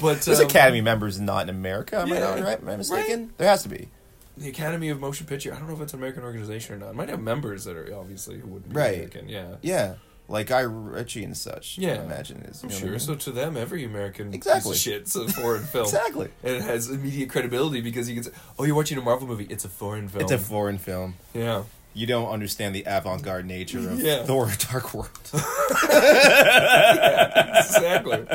[SPEAKER 3] But
[SPEAKER 2] there's
[SPEAKER 3] um,
[SPEAKER 2] Academy members not in America. Am I
[SPEAKER 3] Yeah.
[SPEAKER 2] not right? Am I mistaken? There has to be.
[SPEAKER 3] the Academy of Motion Picture. I don't know if it's an American organization or not. It might have members that are obviously who wouldn't be
[SPEAKER 2] Right.
[SPEAKER 3] American. Yeah.
[SPEAKER 2] Yeah, like Guy Ritchie and such.
[SPEAKER 3] Yeah.
[SPEAKER 2] I imagine is.
[SPEAKER 3] I'm
[SPEAKER 2] you know what I
[SPEAKER 3] sure.
[SPEAKER 2] mean?
[SPEAKER 3] So to them, every American
[SPEAKER 2] Exactly.
[SPEAKER 3] piece of shit's a foreign film.
[SPEAKER 2] Exactly.
[SPEAKER 3] And it has immediate credibility because you can say, "Oh, you're watching a Marvel movie. It's a foreign film."
[SPEAKER 2] It's a foreign film.
[SPEAKER 3] yeah.
[SPEAKER 2] You don't understand the avant-garde nature of
[SPEAKER 3] Yeah.
[SPEAKER 2] Thor: Dark World.
[SPEAKER 3] Exactly.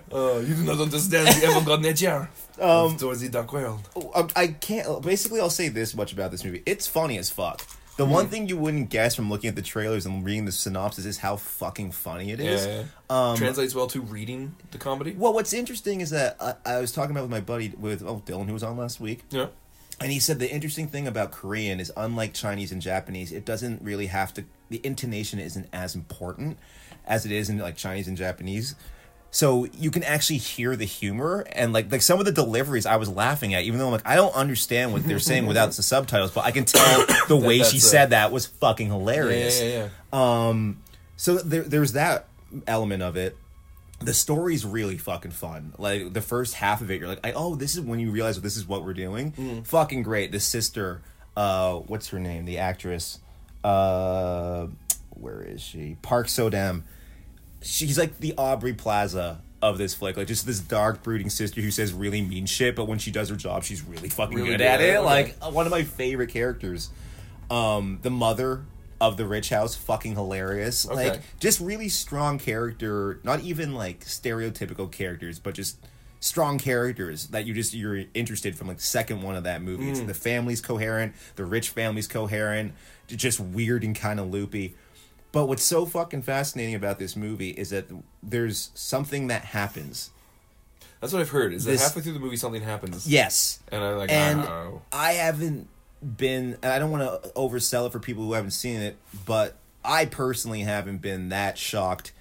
[SPEAKER 3] uh, you do not understand the avant-garde nature um, towards the dark world.
[SPEAKER 2] I- Oh, um, I can't. Basically, I'll say this much about this movie: it's funny as fuck. The
[SPEAKER 3] Mm.
[SPEAKER 2] one thing you wouldn't guess from looking at the trailers and reading the synopsis is how fucking funny it is. um,
[SPEAKER 3] Translates well to reading the comedy.
[SPEAKER 2] Well, what's interesting is that I, I was talking about with my buddy with oh Dylan who was on last week,
[SPEAKER 3] Yeah.
[SPEAKER 2] and he said the interesting thing about Korean is unlike Chinese and Japanese, it doesn't really have to. The intonation isn't as important as it is in like Chinese and Japanese. So you can actually hear the humor and like like some of the deliveries I was laughing at, even though I'm like I don't understand what they're saying without the subtitles, but I can tell the way she
[SPEAKER 3] that's a-
[SPEAKER 2] said that was fucking
[SPEAKER 3] Yeah. Yeah.
[SPEAKER 2] hilarious.
[SPEAKER 3] Yeah. yeah.
[SPEAKER 2] So there, there's that element of it. The story's really fucking fun. Like the first half of it, you're like, I, oh, this is when you realize this is what we're doing.
[SPEAKER 3] Mm.
[SPEAKER 2] Fucking great. The sister, uh, what's her name? The actress, uh, where is she? Park Sodam. She's like the Aubrey Plaza of this flick, like just this dark, brooding sister who says really mean shit, but when she does her job, she's really fucking
[SPEAKER 3] Really
[SPEAKER 2] good
[SPEAKER 3] good at
[SPEAKER 2] at
[SPEAKER 3] it,
[SPEAKER 2] it.
[SPEAKER 3] okay.
[SPEAKER 2] Like uh, one of my favorite characters um the mother of the rich house fucking hilarious
[SPEAKER 3] Okay.
[SPEAKER 2] like just really strong character not even like stereotypical characters but just strong characters that you just you're interested from like second one of that movie it's the family's coherent the rich family's coherent j- just weird and kind of loopy but what's so fucking fascinating about this movie is that there's something that happens
[SPEAKER 3] That's what I've heard. Is
[SPEAKER 2] This-
[SPEAKER 3] that halfway through the movie something happens?
[SPEAKER 2] yes
[SPEAKER 3] And I'm like,
[SPEAKER 2] and
[SPEAKER 3] oh.
[SPEAKER 2] I haven't been, and I don't want to oversell it for people who haven't seen it, but I personally haven't been that shocked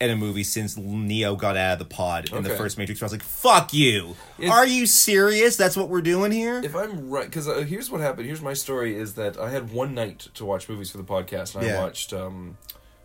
[SPEAKER 2] at a movie since Neo got out of the pod in the
[SPEAKER 3] Okay.
[SPEAKER 2] first Matrix. Where I was like, "Fuck you!
[SPEAKER 3] It-
[SPEAKER 2] Are you serious? That's what we're doing here?"
[SPEAKER 3] If I'm right, because uh, here's what happened. Here's my story: is that I had one night to watch movies for the podcast, and
[SPEAKER 2] Yeah.
[SPEAKER 3] I watched um,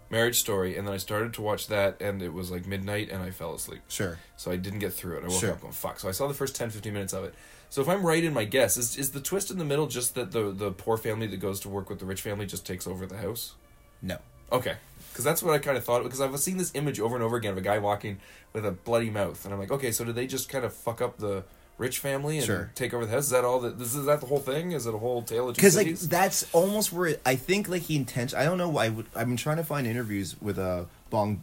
[SPEAKER 3] Marriage Story, and then I started to watch that, and it was like midnight, and I fell asleep.
[SPEAKER 2] Sure.
[SPEAKER 3] So I didn't get through it. I woke
[SPEAKER 2] Sure.
[SPEAKER 3] up going fuck. So I saw the first 10, 15 minutes of it. So if I'm right in my guess, is is the twist in the middle just that the the poor family that goes to work with the rich family just takes over the house?
[SPEAKER 2] No.
[SPEAKER 3] Okay. Because that's what I kind of thought. Because I've seen this image over and over again of a guy walking with a bloody mouth, and I'm like, okay, so did they just kind of fuck up the rich family and
[SPEAKER 2] Sure.
[SPEAKER 3] take over the house? Is that all? That this is that the whole thing? Is it a whole tale of two
[SPEAKER 2] because like
[SPEAKER 3] cities?
[SPEAKER 2] that's almost where it, I think like he intention. I don't know why. I would- I've been trying to find interviews with uh, Bong.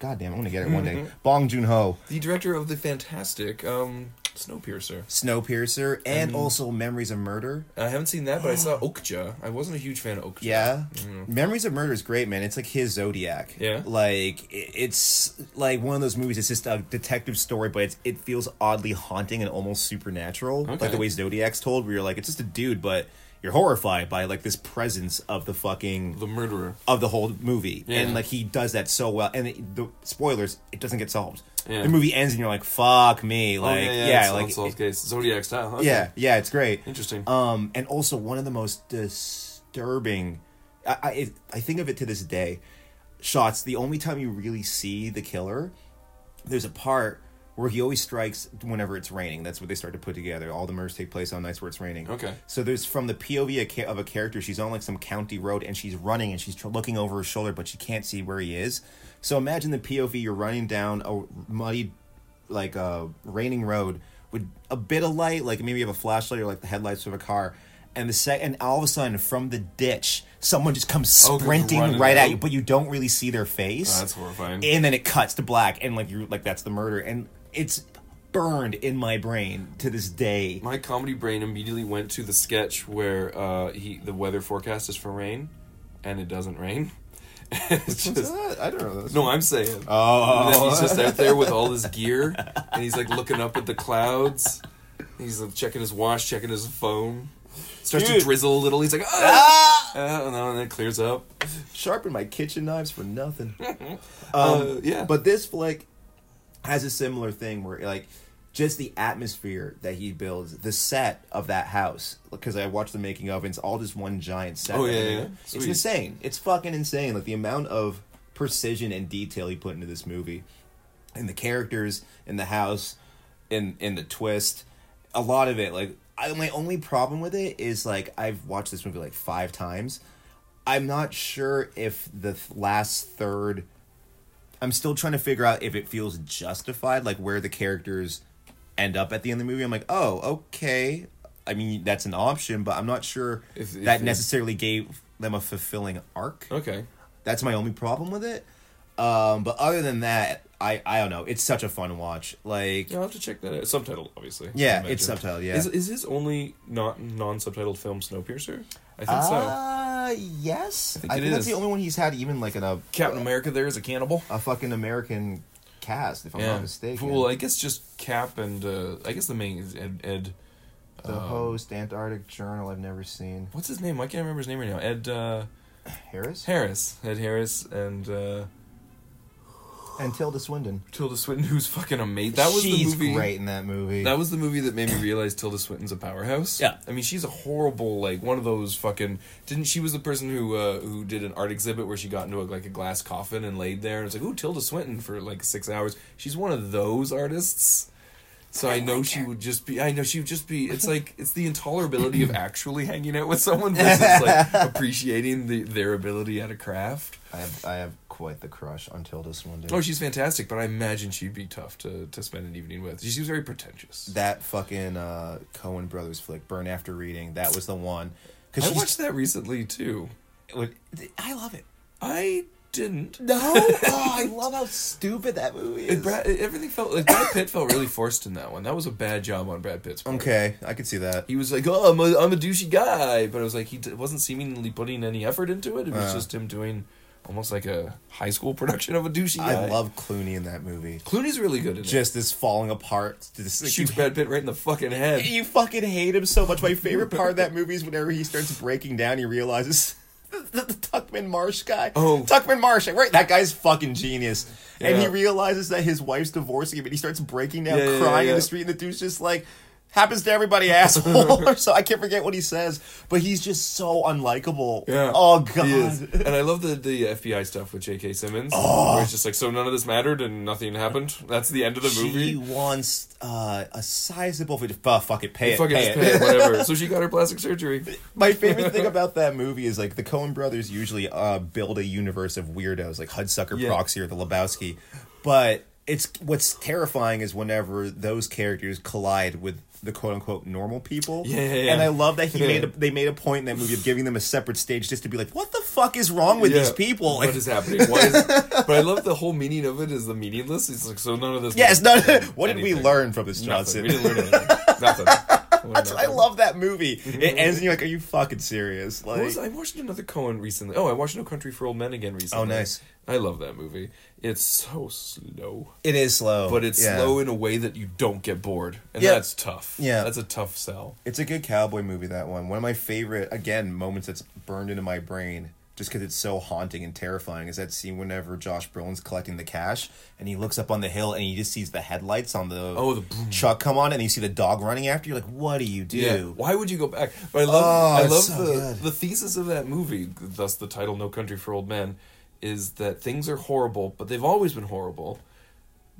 [SPEAKER 2] God damn, I'm gonna get it one
[SPEAKER 3] Mm-hmm.
[SPEAKER 2] day. Bong Joon Ho,
[SPEAKER 3] the director of the fantastic um, Snowpiercer.
[SPEAKER 2] Snowpiercer, and also Memories of Murder.
[SPEAKER 3] I haven't seen that, but I saw Okja. I wasn't a huge fan of Okja.
[SPEAKER 2] Yeah. Memories of Murder is great, man. It's like his Zodiac.
[SPEAKER 3] Mm. Yeah.
[SPEAKER 2] Like i- it's like one of those movies. It's just a detective story, but it's, it feels oddly haunting and almost supernatural, like
[SPEAKER 3] Okay.
[SPEAKER 2] the way Zodiac's told, where you're like, it's just a dude, but you're horrified by like this presence of the fucking
[SPEAKER 3] the murderer.
[SPEAKER 2] of the whole movie,
[SPEAKER 3] Yeah.
[SPEAKER 2] and like he does that so well. And it, the spoilers, it doesn't get solved.
[SPEAKER 3] Yeah. Oh,
[SPEAKER 2] The movie ends, and you're like, fuck me, like yeah, like it-
[SPEAKER 3] case. Zodiac style. Huh?
[SPEAKER 2] yeah, yeah, it's great.
[SPEAKER 3] Uh-huh. Interesting.
[SPEAKER 2] Um, and also one of the most disturbing, I, I I think of it to this day, shots. The only time you really see the killer, there's a part where he always strikes whenever it's raining. That's what they start to put together. All the murders take place on nights where it's raining.
[SPEAKER 3] Okay.
[SPEAKER 2] So there's from the POV of ca- of a character. She's on like some county road and she's running and she's tr- looking over her shoulder, but she can't see where he is. So imagine the POV. You're running down a muddy, like a uh, raining road with a bit of light, like maybe you have a flashlight or like the headlights of a car. And the sec- and all of a sudden, from the ditch, someone just comes
[SPEAKER 3] Oh, 'cause they're
[SPEAKER 2] sprinting
[SPEAKER 3] running
[SPEAKER 2] right
[SPEAKER 3] out.
[SPEAKER 2] at you, but you don't really see their face.
[SPEAKER 3] Oh, that's horrifying.
[SPEAKER 2] And then it cuts to black, and like you, like that's the murder, and it's burned in my brain to this day.
[SPEAKER 3] My comedy brain immediately went to the sketch where uh, he the weather forecast is for rain, and it doesn't rain. it's just
[SPEAKER 2] "Ah, I don't know.
[SPEAKER 3] no, I'm saying.
[SPEAKER 2] Oh.
[SPEAKER 3] And then he's just out there with all his gear, and he's like looking up at the clouds. He's like, checking his watch, checking his phone. Starts
[SPEAKER 2] Dude.
[SPEAKER 3] to drizzle a little. He's like, ah, Uh, and then- and then it clears up.
[SPEAKER 2] sharpen my kitchen knives for nothing. um,
[SPEAKER 3] Uh, yeah.
[SPEAKER 2] But this flick has a similar thing where like just the atmosphere that he builds, the set of that house. Because I watched the making of, and it's all just one giant set.
[SPEAKER 3] Oh, yeah, yeah, yeah.
[SPEAKER 2] It's
[SPEAKER 3] Sweet.
[SPEAKER 2] insane. It's fucking insane. Like the amount of precision and detail he put into this movie, and the characters in the house, in in the twist, a lot of it. Like I, my only problem with it is like I've watched this movie like five times. I'm not sure if the th- last third. I'm still trying to figure out if it feels justified, like where the characters end up at the end of the movie. I'm like, oh, okay. I mean, that's an option, but I'm not sure
[SPEAKER 3] If- if
[SPEAKER 2] that
[SPEAKER 3] it-
[SPEAKER 2] necessarily gave them a fulfilling arc.
[SPEAKER 3] Okay.
[SPEAKER 2] That's my only problem with it. Um, but other than that, I I don't know. It's such a fun watch. Like,
[SPEAKER 3] Yeah, I'll have to check that out. Subtitled, obviously.
[SPEAKER 2] Yeah,
[SPEAKER 3] I
[SPEAKER 2] it's
[SPEAKER 3] imagine.
[SPEAKER 2] subtitled, yeah.
[SPEAKER 3] Is, is his only not non-subtitled film Snowpiercer? I think so.
[SPEAKER 2] uh, yes, I think,
[SPEAKER 3] think it
[SPEAKER 2] that's
[SPEAKER 3] is.
[SPEAKER 2] the only one he's had even like in a
[SPEAKER 3] Captain America there is a cannibal.
[SPEAKER 2] a fucking American cast, if I'm not mistaken.
[SPEAKER 3] Well, I guess just Cap and uh, I guess the main is Ed, Ed.
[SPEAKER 2] the
[SPEAKER 3] um,
[SPEAKER 2] host, Antarctic Journal, I've never seen.
[SPEAKER 3] What's his name? I can't remember his name right now. Ed uh,
[SPEAKER 2] Harris
[SPEAKER 3] Harris. Ed Harris and uh,
[SPEAKER 2] and Tilda Swinton.
[SPEAKER 3] Tilda Swinton, who's fucking amazing. That was
[SPEAKER 2] She's
[SPEAKER 3] the movie.
[SPEAKER 2] great in that movie.
[SPEAKER 3] That was the movie that made me realize Tilda Swinton's a powerhouse.
[SPEAKER 2] Yeah.
[SPEAKER 3] I mean, she's a horrible like one of those fucking. Didn't she was the person who uh, who did an art exhibit where she got into a, like a glass coffin and laid there and it's like, ooh, Tilda Swinton for like six hours. She's one of those artists. So I know she would just be. I know she would just be. It's like it's the intolerability of actually hanging out with someone versus like appreciating the, their ability at a craft.
[SPEAKER 2] I have I have quite the crush on Tilda Swinton.
[SPEAKER 3] Oh, she's fantastic, but I imagine she'd be tough to, to spend an evening with. She seems very pretentious.
[SPEAKER 2] that fucking uh, Cohen Brothers flick, Burn After Reading. That was the one.
[SPEAKER 3] I
[SPEAKER 2] Because
[SPEAKER 3] watched that recently too.
[SPEAKER 2] I love it.
[SPEAKER 3] I didn't.
[SPEAKER 2] No, oh, I love how stupid that movie is.
[SPEAKER 3] It, Brad, it- everything felt like Brad Pitt felt really forced in that one. That was a bad job on Brad Pitt's part.
[SPEAKER 2] okay, I could see that.
[SPEAKER 3] He was like, "Oh, I'm a, I'm a douchey guy," but it was like he d- wasn't seemingly putting any effort into it. It was
[SPEAKER 2] Uh.
[SPEAKER 3] just him doing almost like a high school production of a douchey guy.
[SPEAKER 2] I love Clooney in that movie.
[SPEAKER 3] Clooney's really good at
[SPEAKER 2] Just this falling apart. This,
[SPEAKER 3] it.
[SPEAKER 2] like,
[SPEAKER 3] Shoots
[SPEAKER 2] you-
[SPEAKER 3] Brad Pitt right in the fucking head.
[SPEAKER 2] You fucking hate him so much. My favorite part of that movie is whenever he starts breaking down, he realizes the, the Tuckman Marsh guy.
[SPEAKER 3] Oh.
[SPEAKER 2] Tuckman Marsh. Right, that guy's fucking genius. And he
[SPEAKER 3] Yeah.
[SPEAKER 2] realizes that his wife's divorcing him, and he starts breaking down,
[SPEAKER 3] Yeah, yeah,
[SPEAKER 2] crying
[SPEAKER 3] yeah,
[SPEAKER 2] in
[SPEAKER 3] yeah.
[SPEAKER 2] the street, and the dude's just like. Happens to everybody, asshole. or so I can't forget what he says, but he's just so unlikable.
[SPEAKER 3] Yeah.
[SPEAKER 2] Oh god. Oh.
[SPEAKER 3] He is. And I love the, the FBI stuff with J.K. Simmons. Where it's just like, so none of this mattered and nothing happened. That's the end of the movie.
[SPEAKER 2] She wants uh, a sizable. Uh, fuck it, pay it.
[SPEAKER 3] Fucking
[SPEAKER 2] pay
[SPEAKER 3] just
[SPEAKER 2] it.
[SPEAKER 3] pay it, whatever. so she got her plastic surgery.
[SPEAKER 2] My favorite thing about that movie is like the Coen brothers usually uh, build a universe of weirdos like Hudsucker
[SPEAKER 3] Yeah.
[SPEAKER 2] Proxy or the Lebowski, but it's what's terrifying is whenever those characters collide with the quote unquote normal people.
[SPEAKER 3] Yeah, yeah, yeah.
[SPEAKER 2] And I love that he
[SPEAKER 3] Yeah.
[SPEAKER 2] made a, they made a point in that movie of giving them a separate stage just to be like, what the fuck is wrong with
[SPEAKER 3] Yeah.
[SPEAKER 2] these people?
[SPEAKER 3] What is happening? Why is, but I love the whole meaning of it is the meaningless. It's like so none of this.
[SPEAKER 2] yes, no. What did we
[SPEAKER 3] Anything.
[SPEAKER 2] learn from this
[SPEAKER 3] Nothing.
[SPEAKER 2] Johnson?
[SPEAKER 3] We didn't learn anything. Nothing.
[SPEAKER 2] That's- I love that movie. It ends and you're like, are you fucking serious?
[SPEAKER 3] Mm-hmm. What
[SPEAKER 2] Like,
[SPEAKER 3] was, I watched another Cohen recently. Oh, I watched No Country for Old Men again recently.
[SPEAKER 2] Oh, nice.
[SPEAKER 3] I love that movie. It's so slow,
[SPEAKER 2] it is slow,
[SPEAKER 3] but it's
[SPEAKER 2] Yeah.
[SPEAKER 3] slow in a way that you don't get bored, and
[SPEAKER 2] Yeah.
[SPEAKER 3] that's tough.
[SPEAKER 2] Yeah.
[SPEAKER 3] that's a tough sell.
[SPEAKER 2] It's a good cowboy movie, that one. One of my favorite, again, moments that's burned into my brain just because it's so haunting and terrifying is that scene whenever Josh Brolin's collecting the cash and he looks up on the hill and he just sees the headlights on the,
[SPEAKER 3] Oh, the boom.
[SPEAKER 2] truck come on and you see the dog running after you. Like, what do you do?
[SPEAKER 3] Why would you go back? But I love I
[SPEAKER 2] Oh, it's
[SPEAKER 3] love
[SPEAKER 2] so
[SPEAKER 3] the
[SPEAKER 2] good.
[SPEAKER 3] the thesis of that movie, thus the title No Country for Old Men, is that things are horrible, but they've always been horrible.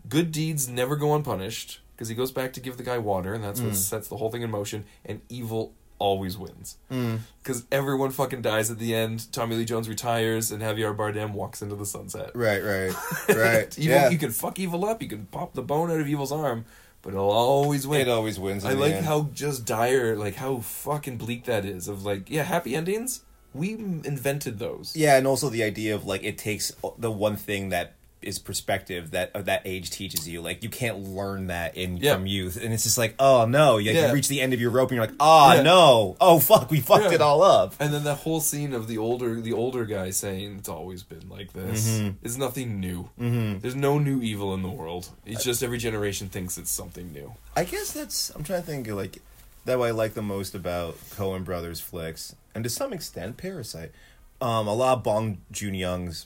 [SPEAKER 3] Good deeds never go unpunished because he goes back to give the guy water and that's
[SPEAKER 2] Mm.
[SPEAKER 3] what sets the whole thing in motion and evil always wins.
[SPEAKER 2] Mm.
[SPEAKER 3] Cuz everyone fucking dies at the end. Tommy Lee Jones retires and Javier Bardem walks into the sunset.
[SPEAKER 2] Right, right, right.
[SPEAKER 3] Evil,
[SPEAKER 2] yeah.
[SPEAKER 3] You can fuck evil up. You can pop the bone out of evil's arm, but it'll always win.
[SPEAKER 2] It always wins. in
[SPEAKER 3] I
[SPEAKER 2] the
[SPEAKER 3] like
[SPEAKER 2] end.
[SPEAKER 3] how just dire, like how fucking bleak that is. Of like, yeah, happy endings. We m- invented those.
[SPEAKER 2] Yeah, and also the idea of like it takes the one thing that is perspective that uh, that age teaches you. Like you can't learn that in
[SPEAKER 3] Yeah.
[SPEAKER 2] from youth, and it's just like, oh no, you,
[SPEAKER 3] Yeah.
[SPEAKER 2] you reach the end of your rope, and you're like, ah
[SPEAKER 3] Yeah.
[SPEAKER 2] no, oh fuck, we fucked
[SPEAKER 3] Yeah.
[SPEAKER 2] it all up.
[SPEAKER 3] And then that whole scene of the older the older guy saying it's always been like this. It's nothing new. Mm-hmm. There's no new evil in the world. It's just every generation thinks it's something new.
[SPEAKER 2] I guess that's I'm trying to think of like that what I like the most about Cohen Brothers flicks, and to some extent Parasite. Um, a lot of Bong Joon Young's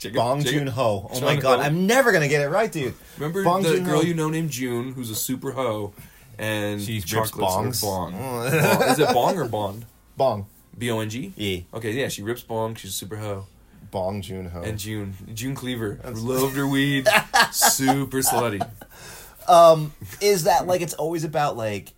[SPEAKER 3] Jigga-
[SPEAKER 2] Bong
[SPEAKER 3] jigga-
[SPEAKER 2] Joon Ho. Oh my
[SPEAKER 3] Jung
[SPEAKER 2] god,
[SPEAKER 3] Ho.
[SPEAKER 2] I'm never gonna get it right, dude.
[SPEAKER 3] Remember
[SPEAKER 2] Bong
[SPEAKER 3] the
[SPEAKER 2] Joon-ho.
[SPEAKER 3] girl you know named June, who's a super hoe, and
[SPEAKER 2] She rips
[SPEAKER 3] chocolates
[SPEAKER 2] bongs?
[SPEAKER 3] Her bong. Bong. Is it bong or bond?
[SPEAKER 2] Bong,
[SPEAKER 3] B O N G.
[SPEAKER 2] Yeah.
[SPEAKER 3] Okay, yeah, she rips bong. She's a super hoe.
[SPEAKER 2] Bong Joon Ho.
[SPEAKER 3] And June, June Cleaver, loved her weed, super slutty.
[SPEAKER 2] is that like it's always about like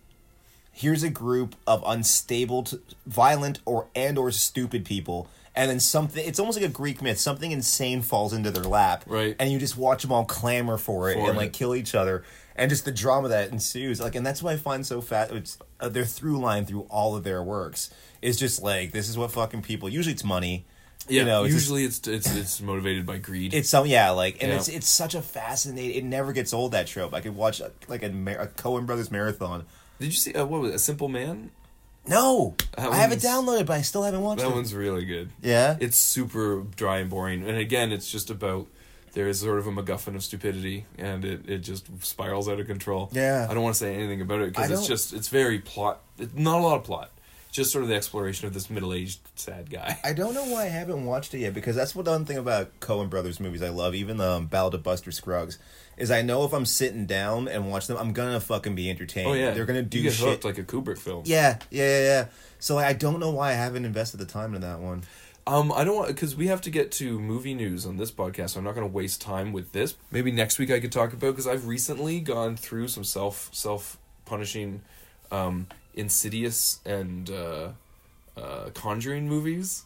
[SPEAKER 2] here's a group of unstable t- violent or and or stupid people and then something it's almost like a greek myth something insane falls into their lap
[SPEAKER 3] Right.
[SPEAKER 2] and you just watch them all clamor for it
[SPEAKER 3] For
[SPEAKER 2] and
[SPEAKER 3] it.
[SPEAKER 2] like kill each other and just the drama that ensues like and that's what i find so fat it's uh, their through line through all of their works is just like this is what fucking people usually it's money
[SPEAKER 3] Yeah,
[SPEAKER 2] you know it's just-
[SPEAKER 3] usually it's it's it's motivated by greed.
[SPEAKER 2] it's some yeah, like and
[SPEAKER 3] Yeah.
[SPEAKER 2] it's it's such a fascinating. It never gets old that trope. I could watch uh, like a, mar- a Cohen Brothers marathon.
[SPEAKER 3] Did you see uh, what was it, a simple man?
[SPEAKER 2] No,
[SPEAKER 3] That
[SPEAKER 2] I have
[SPEAKER 3] one's-
[SPEAKER 2] it downloaded, but I still haven't watched
[SPEAKER 3] That
[SPEAKER 2] it.
[SPEAKER 3] one's really good.
[SPEAKER 2] Yeah?
[SPEAKER 3] it's super dry and boring. And again, it's just about there is sort of a MacGuffin of stupidity, and it it just spirals out of control.
[SPEAKER 2] Yeah.
[SPEAKER 3] I don't want to say anything about it because
[SPEAKER 2] I
[SPEAKER 3] it's
[SPEAKER 2] don't-
[SPEAKER 3] just it's very plot. It, not a lot of plot. Just sort of the exploration of this middle aged sad guy.
[SPEAKER 2] I don't know why I haven't watched it yet because that's what the one thing about Cohen Brothers movies I love, even the um, Battle to Buster Scruggs, is I know if I'm sitting down and watch them, I'm gonna fucking be entertained.
[SPEAKER 3] oh yeah,
[SPEAKER 2] they're gonna
[SPEAKER 3] You
[SPEAKER 2] do
[SPEAKER 3] get
[SPEAKER 2] shit.
[SPEAKER 3] hooked like a Kubrick film.
[SPEAKER 2] yeah, yeah, yeah, yeah. So like, I don't know why I haven't invested the time in that one.
[SPEAKER 3] Um, I don't want because we have to get to movie news on this podcast. So I'm not going to waste time with this. Maybe next week I could talk about because I've recently gone through some self self punishing, um, insidious and uh, uh, conjuring movies.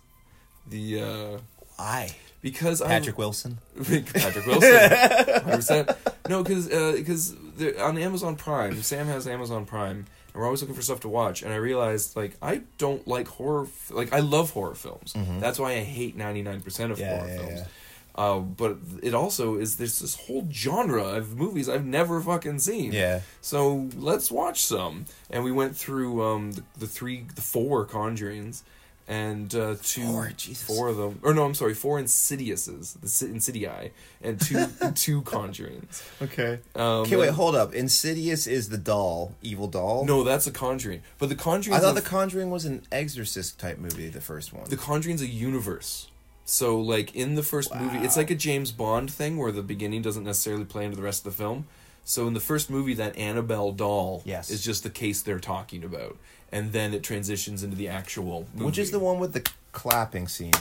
[SPEAKER 3] The uh,
[SPEAKER 2] Why?
[SPEAKER 3] because
[SPEAKER 2] Patrick
[SPEAKER 3] I
[SPEAKER 2] Wilson.
[SPEAKER 3] Patrick Wilson. 100%. No, because because on Amazon Prime, Sam has Amazon Prime, and we're always looking for stuff to watch. And I realized like I don't like horror. F- like I love horror films. That's why I hate ninety nine percent of
[SPEAKER 2] Mm-hmm. Yeah,
[SPEAKER 3] horror
[SPEAKER 2] yeah,
[SPEAKER 3] films.
[SPEAKER 2] yeah.
[SPEAKER 3] Uh, but it also is there's this whole genre of movies I've never fucking seen.
[SPEAKER 2] Yeah.
[SPEAKER 3] So let's watch some. And we went through um, the, the three, the four Conjurings, and uh, two,
[SPEAKER 2] Four, Jesus.
[SPEAKER 3] four of them. Or no, I'm sorry, four Insidiouses, the si- Insidii, and two two Conjurings.
[SPEAKER 2] Okay.
[SPEAKER 3] Um,
[SPEAKER 2] okay, wait, hold up. Insidious is the doll, evil doll.
[SPEAKER 3] No, that's a Conjuring. But the Conjuring.
[SPEAKER 2] I thought The Conjuring was an exorcist type movie, the first one.
[SPEAKER 3] The Conjuring's a universe. So like in the first movie, it's like a James Bond thing where the beginning doesn't necessarily play into the rest of the film. So in the first movie, that Annabelle doll
[SPEAKER 2] Yes.
[SPEAKER 3] is just the case they're talking about, and then it transitions into the actual movie.
[SPEAKER 2] Which is the one with the clapping scene.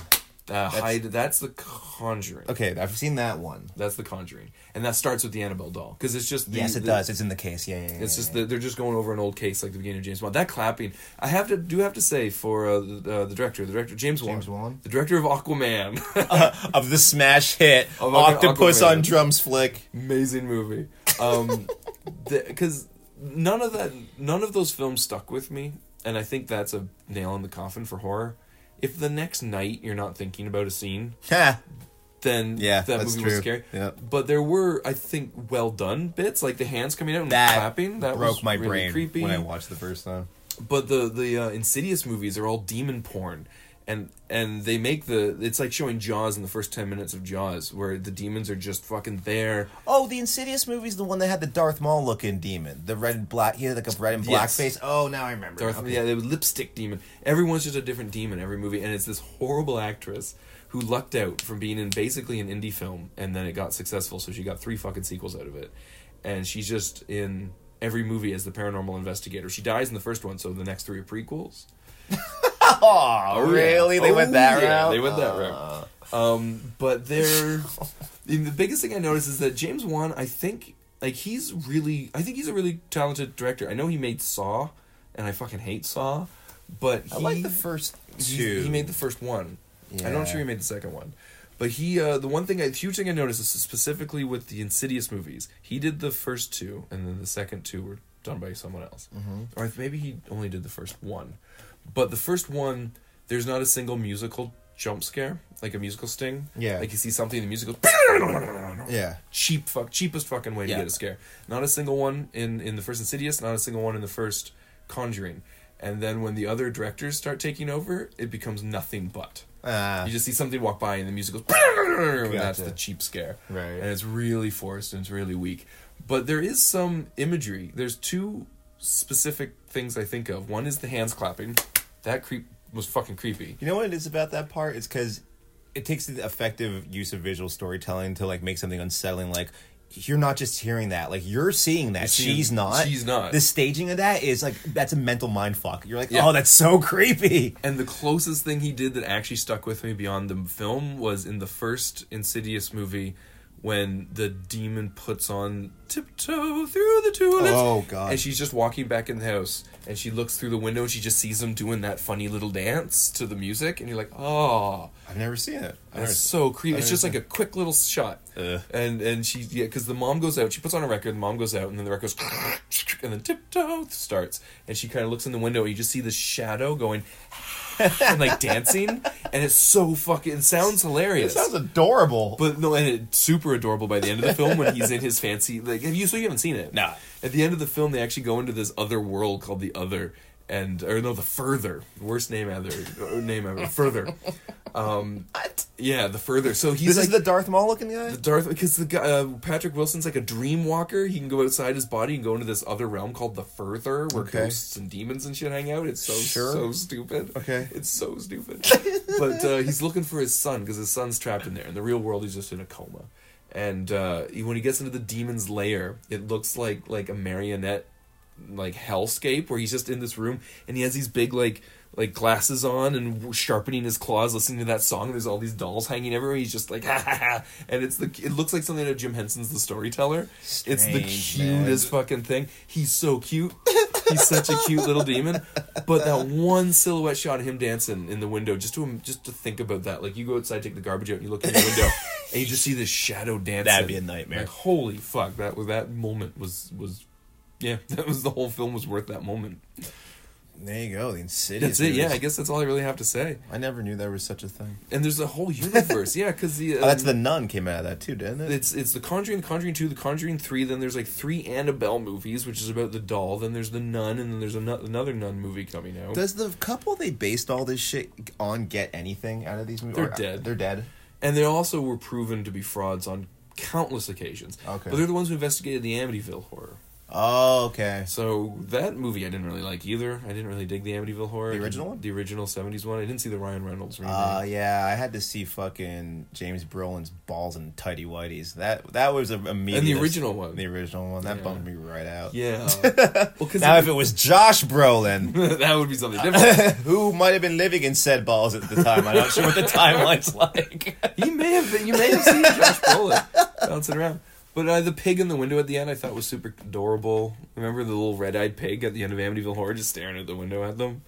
[SPEAKER 3] uh, hide? That's the Conjuring.
[SPEAKER 2] Okay, I've seen that one.
[SPEAKER 3] That's the Conjuring, and that starts with the Annabelle doll because it's just the,
[SPEAKER 2] yes, it
[SPEAKER 3] the-
[SPEAKER 2] does. It's in the case. Yeah, yeah, yeah.
[SPEAKER 3] It's
[SPEAKER 2] yeah,
[SPEAKER 3] just that they're just going over an old case like the beginning of James Bond. That clapping, I have to do have to say for uh, the, uh, the director, the director James Wan,
[SPEAKER 2] James Wan?
[SPEAKER 3] the director of Aquaman.
[SPEAKER 2] yeah. of the smash hit
[SPEAKER 3] Of Aqu-
[SPEAKER 2] Octopus
[SPEAKER 3] Aquaman.
[SPEAKER 2] on drums flick.
[SPEAKER 3] amazing movie. Um, because none of that, none of those films stuck with me, and I think that's a nail in the coffin for horror. If the next night you're not thinking about a scene,
[SPEAKER 2] Ha.
[SPEAKER 3] then
[SPEAKER 2] Yeah,
[SPEAKER 3] that
[SPEAKER 2] that's
[SPEAKER 3] movie was
[SPEAKER 2] true.
[SPEAKER 3] scary.
[SPEAKER 2] Yeah.
[SPEAKER 3] But there were, I think, well done bits like the hands coming out and
[SPEAKER 2] That
[SPEAKER 3] clapping. That
[SPEAKER 2] broke
[SPEAKER 3] was
[SPEAKER 2] my
[SPEAKER 3] really
[SPEAKER 2] brain
[SPEAKER 3] creepy.
[SPEAKER 2] when I watched the first time.
[SPEAKER 3] But the the uh, Insidious movies are all demon porn, and and they make the it's like showing Jaws in the first ten minutes of Jaws, where the demons are just fucking there.
[SPEAKER 2] Oh, the Insidious movie's the one that had the Darth Maul looking demon, the red and black. He had like a red and black
[SPEAKER 3] Yes.
[SPEAKER 2] face. Oh, now I remember.
[SPEAKER 3] Darth,
[SPEAKER 2] Okay.
[SPEAKER 3] yeah, the lipstick demon. Everyone's just a different demon every movie, and it's this horrible actress who lucked out from being in basically an indie film, and then it got successful, so she got three fucking sequels out of it, and she's just in every movie as the paranormal investigator. She dies in the first one, so the next three are prequels.
[SPEAKER 2] Oh,
[SPEAKER 3] yeah.
[SPEAKER 2] really? They
[SPEAKER 3] Oh,
[SPEAKER 2] went that
[SPEAKER 3] yeah,
[SPEAKER 2] route. Oh. Uh.
[SPEAKER 3] They went that route. Um, but they're the the biggest thing I noticed is that James Wan, I think, like he's really, I think he's a really talented director. I know he made Saw, and I fucking hate Saw, but he,
[SPEAKER 2] I like the first
[SPEAKER 3] he-
[SPEAKER 2] two.
[SPEAKER 3] He made the first one. I'm
[SPEAKER 2] Yeah.
[SPEAKER 3] not sure he made the second one, But he, uh, the one thing, I, the huge thing I noticed is specifically with the Insidious movies, he did the first two, and then the second two were done by someone else,
[SPEAKER 2] Mm-hmm.
[SPEAKER 3] or if maybe he only did the first one. But the first one, there's not a single musical jump scare, like a musical sting.
[SPEAKER 2] Yeah.
[SPEAKER 3] like you see something in the musical.
[SPEAKER 2] Yeah.
[SPEAKER 3] cheap fuck cheapest fucking way
[SPEAKER 2] Yeah.
[SPEAKER 3] to get a scare. Not a single one in in the first Insidious, not a single one in the first Conjuring. And then when the other directors start taking over, it becomes nothing but.
[SPEAKER 2] Ah.
[SPEAKER 3] you just see something walk by and the music goes and that's
[SPEAKER 2] Gotcha.
[SPEAKER 3] the cheap scare.
[SPEAKER 2] Right.
[SPEAKER 3] And it's really forced and it's really weak. But there is some imagery. There's two specific things I think of. One is the hands clapping. That creep was fucking creepy.
[SPEAKER 2] You know what it is about that part? It's because it takes the effective use of visual storytelling to like make something unsettling. Like you're not just hearing that, like you're seeing that.
[SPEAKER 3] seeing-
[SPEAKER 2] she's not.
[SPEAKER 3] she's not.
[SPEAKER 2] The staging of that is like that's a mental mind fuck. You're like,
[SPEAKER 3] Yeah.
[SPEAKER 2] oh, that's so creepy.
[SPEAKER 3] And the closest thing he did that actually stuck with me beyond the film was in the first Insidious movie when the demon puts on tiptoe through the tulips.
[SPEAKER 2] Oh, God.
[SPEAKER 3] And she's just walking back in the house and she looks through the window and she just sees him doing that funny little dance to the music and you're like, "Oh,
[SPEAKER 2] I've never seen it.
[SPEAKER 3] that's
[SPEAKER 2] I've never-
[SPEAKER 3] so creepy." It's just like a quick little shot. And and she yeah, cuz the mom goes out, she puts on a record, the mom goes out and then the record goes and then tiptoe starts and she kind of looks in the window and you just see the shadow going and like dancing, and it's so fucking it sounds hilarious.
[SPEAKER 2] It sounds adorable.
[SPEAKER 3] but no, and it's super adorable by the end of the film when he's in his fancy like have you so you haven't seen it?
[SPEAKER 2] Nah.
[SPEAKER 3] At the end of the film, they actually go into this other world called the Other, and or no, the Further, worst name ever, or name ever, Further. Um,
[SPEAKER 2] What?
[SPEAKER 3] yeah, the Further. So he's
[SPEAKER 2] this
[SPEAKER 3] like
[SPEAKER 2] is the Darth Maul looking guy.
[SPEAKER 3] the Darth because the guy uh, Patrick Wilson's like a dream walker. He can go outside his body and go into this other realm called the Further, where
[SPEAKER 2] Okay.
[SPEAKER 3] ghosts and demons and shit hang out. It's so
[SPEAKER 2] Sure.
[SPEAKER 3] so stupid.
[SPEAKER 2] Okay.
[SPEAKER 3] it's so stupid. but uh, he's looking for his son because his son's trapped in there. In the real world, he's just in a coma. And uh, he- when he gets into the demon's lair, it looks like like a marionette like hellscape where he's just in this room and he has these big like like glasses on and w- sharpening his claws listening to that song there's all these dolls hanging everywhere he's just like ha ha ha and it's the it looks like something out of jim henson's the storyteller it's the
[SPEAKER 2] Strange, man.
[SPEAKER 3] cutest fucking thing he's so cute he's such a cute little demon but that one silhouette shot of him dancing in the window just to just to think about that like you go outside take the garbage out and you look in the window and you just see this shadow dancing
[SPEAKER 2] That'd be a nightmare.
[SPEAKER 3] Like, holy fuck that was that moment was was yeah, that was the whole film was worth that moment.
[SPEAKER 2] there you go. The Insidious.
[SPEAKER 3] That's it. Yeah, I
[SPEAKER 2] movies.
[SPEAKER 3] guess that's all I really have to say.
[SPEAKER 2] I never knew there was such a thing.
[SPEAKER 3] And there's a whole universe. yeah, because the um,
[SPEAKER 2] Oh, that's the Nun came out of that too, didn't it?
[SPEAKER 3] it's it's the Conjuring, the Conjuring two, the Conjuring three. Then there's like three Annabelle movies, which is about the doll. Then there's the nun, and then there's ano- another nun movie coming out.
[SPEAKER 2] Does the couple they based all this shit on get anything out of these movies? uh,
[SPEAKER 3] They're dead.
[SPEAKER 2] They're dead.
[SPEAKER 3] and they also were proven to be frauds on countless occasions.
[SPEAKER 2] Okay.
[SPEAKER 3] but they're the ones who investigated the Amityville horror.
[SPEAKER 2] Oh, okay.
[SPEAKER 3] So that movie I didn't really like either. I didn't really dig the Amityville horror.
[SPEAKER 2] The original one?
[SPEAKER 3] the original seventies one. I didn't see the Ryan Reynolds remake.
[SPEAKER 2] Uh, yeah, I had to see fucking James Brolin's balls and tighty whities. That that was a immediate.
[SPEAKER 3] And the original one.
[SPEAKER 2] The original one that
[SPEAKER 3] Yeah.
[SPEAKER 2] bummed me right out.
[SPEAKER 3] yeah. well, because
[SPEAKER 2] Now, if it was Josh Brolin,
[SPEAKER 3] that would be something different.
[SPEAKER 2] who might have been living in said balls at the time, I'm not sure what the timeline's like.
[SPEAKER 3] he may have been, you may have seen Josh Brolin bouncing around. But uh, the pig in the window at the end I thought was super adorable. Remember the little red eyed pig at the end of Amityville Horror just staring at the window at them?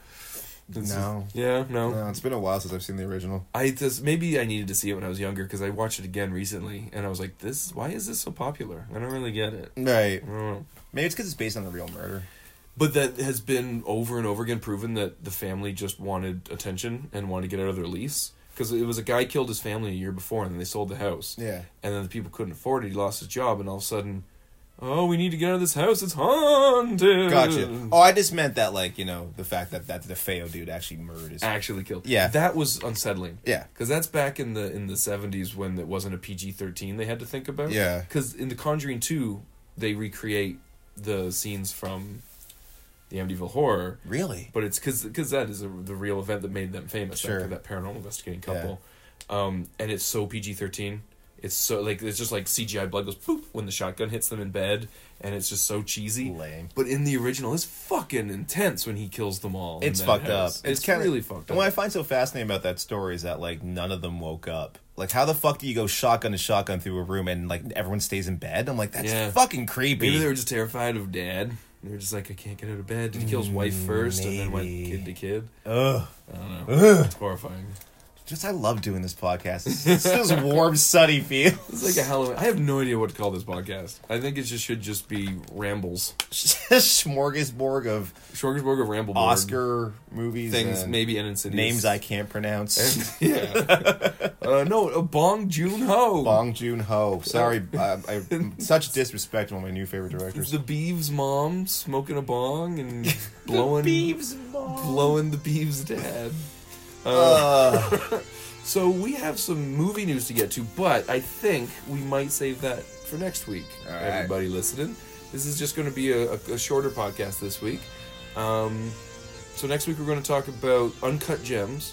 [SPEAKER 3] It's-
[SPEAKER 2] No.
[SPEAKER 3] yeah, no.
[SPEAKER 2] No, it's been a while since I've seen the original.
[SPEAKER 3] I just maybe I needed to see it when I was younger because I watched it again recently and I was like, this why is this so popular? I don't really get it.
[SPEAKER 2] Right.
[SPEAKER 3] I don't know.
[SPEAKER 2] Maybe it's because it's based on the real murder.
[SPEAKER 3] But that has been over and over again proven that the family just wanted attention and wanted to get out of their lease. Because it was a guy killed his family a year before, and then they sold the house.
[SPEAKER 2] Yeah.
[SPEAKER 3] And then the people couldn't afford it. He lost his job, and all of a sudden, oh, we need to get out of this house. It's haunted.
[SPEAKER 2] Gotcha. Oh, I just meant that, like, you know, the fact that that the Feo dude actually murdered his.
[SPEAKER 3] Actually killed.
[SPEAKER 2] Yeah.
[SPEAKER 3] That was unsettling.
[SPEAKER 2] Yeah.
[SPEAKER 3] Because that's back in the in the seventies when it wasn't a PG thirteen they had to think about.
[SPEAKER 2] Yeah.
[SPEAKER 3] Because in The Conjuring two, they recreate the scenes from the Amityville Horror.
[SPEAKER 2] Really?
[SPEAKER 3] But it's because that is a, the real event that made them famous.
[SPEAKER 2] Sure.
[SPEAKER 3] That, that paranormal investigating couple, um, and it's so PG thirteen. It's so like it's just like CGI blood goes poop when the shotgun hits them in bed, and it's just so cheesy.
[SPEAKER 2] Lame.
[SPEAKER 3] But in the original, it's fucking intense when he kills them all. in
[SPEAKER 2] It's
[SPEAKER 3] that
[SPEAKER 2] fucked up.
[SPEAKER 3] house. It's,
[SPEAKER 2] kinda-
[SPEAKER 3] really fucked
[SPEAKER 2] And what I
[SPEAKER 3] up.
[SPEAKER 2] find so fascinating about that story is that like none of them woke up. Like how the fuck do you go shotgun to shotgun through a room and like everyone stays in bed? I'm like that's
[SPEAKER 3] Yeah.
[SPEAKER 2] fucking creepy.
[SPEAKER 3] Maybe they were just terrified of dad. They were just like, I can't get out of bed. Did he kill his wife first and then went
[SPEAKER 2] Mm, maybe.
[SPEAKER 3] kid to kid?
[SPEAKER 2] Ugh.
[SPEAKER 3] I don't know. It's horrifying.
[SPEAKER 2] Just I love doing this podcast. It's, it's those warm, sunny feels.
[SPEAKER 3] It's like a Halloween. I have no idea what to call this podcast. I think it just should just be rambles,
[SPEAKER 2] smorgasbord of
[SPEAKER 3] Schwarzenberg of Ramble Board.
[SPEAKER 2] Oscar movies,
[SPEAKER 3] things,
[SPEAKER 2] and
[SPEAKER 3] maybe and insidious
[SPEAKER 2] names I can't pronounce.
[SPEAKER 3] yeah. uh, no, uh, Bong Joon Ho.
[SPEAKER 2] Bong Joon Ho. Sorry, I, I, such disrespect to one of my new favorite directors.
[SPEAKER 3] The Beeves' mom smoking a bong and blowing blowing the Beeves' dad.
[SPEAKER 2] Uh,
[SPEAKER 3] So we have some movie news to get to, but I think we might save that for next week.
[SPEAKER 2] All right.
[SPEAKER 3] Everybody listening, this is just going to be a, a, a shorter podcast this week. Um, so next week we're going to talk about uncut gems,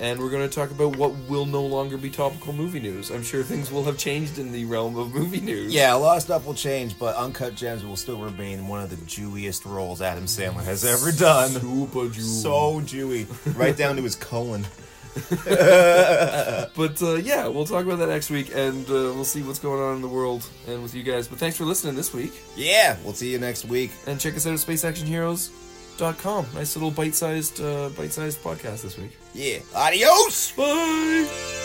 [SPEAKER 3] and we're going to talk about what will no longer be topical movie news. I'm sure things will have changed in the realm of movie news.
[SPEAKER 2] yeah, a lot of stuff will change, but Uncut Gems will still remain one of the jewiest roles Adam Sandler has ever done.
[SPEAKER 3] Super Jew.
[SPEAKER 2] So Jewy, right down to his colon.
[SPEAKER 3] But uh, yeah, we'll talk about that next week, and uh, we'll see what's going on in the world and with you guys. But thanks for listening this week.
[SPEAKER 2] Yeah, we'll see you next week.
[SPEAKER 3] and check us out at spaceactionheroes.com. Nice little bite-sized, uh, bite-sized podcast this week.
[SPEAKER 2] Yeah, adios.
[SPEAKER 3] Bye.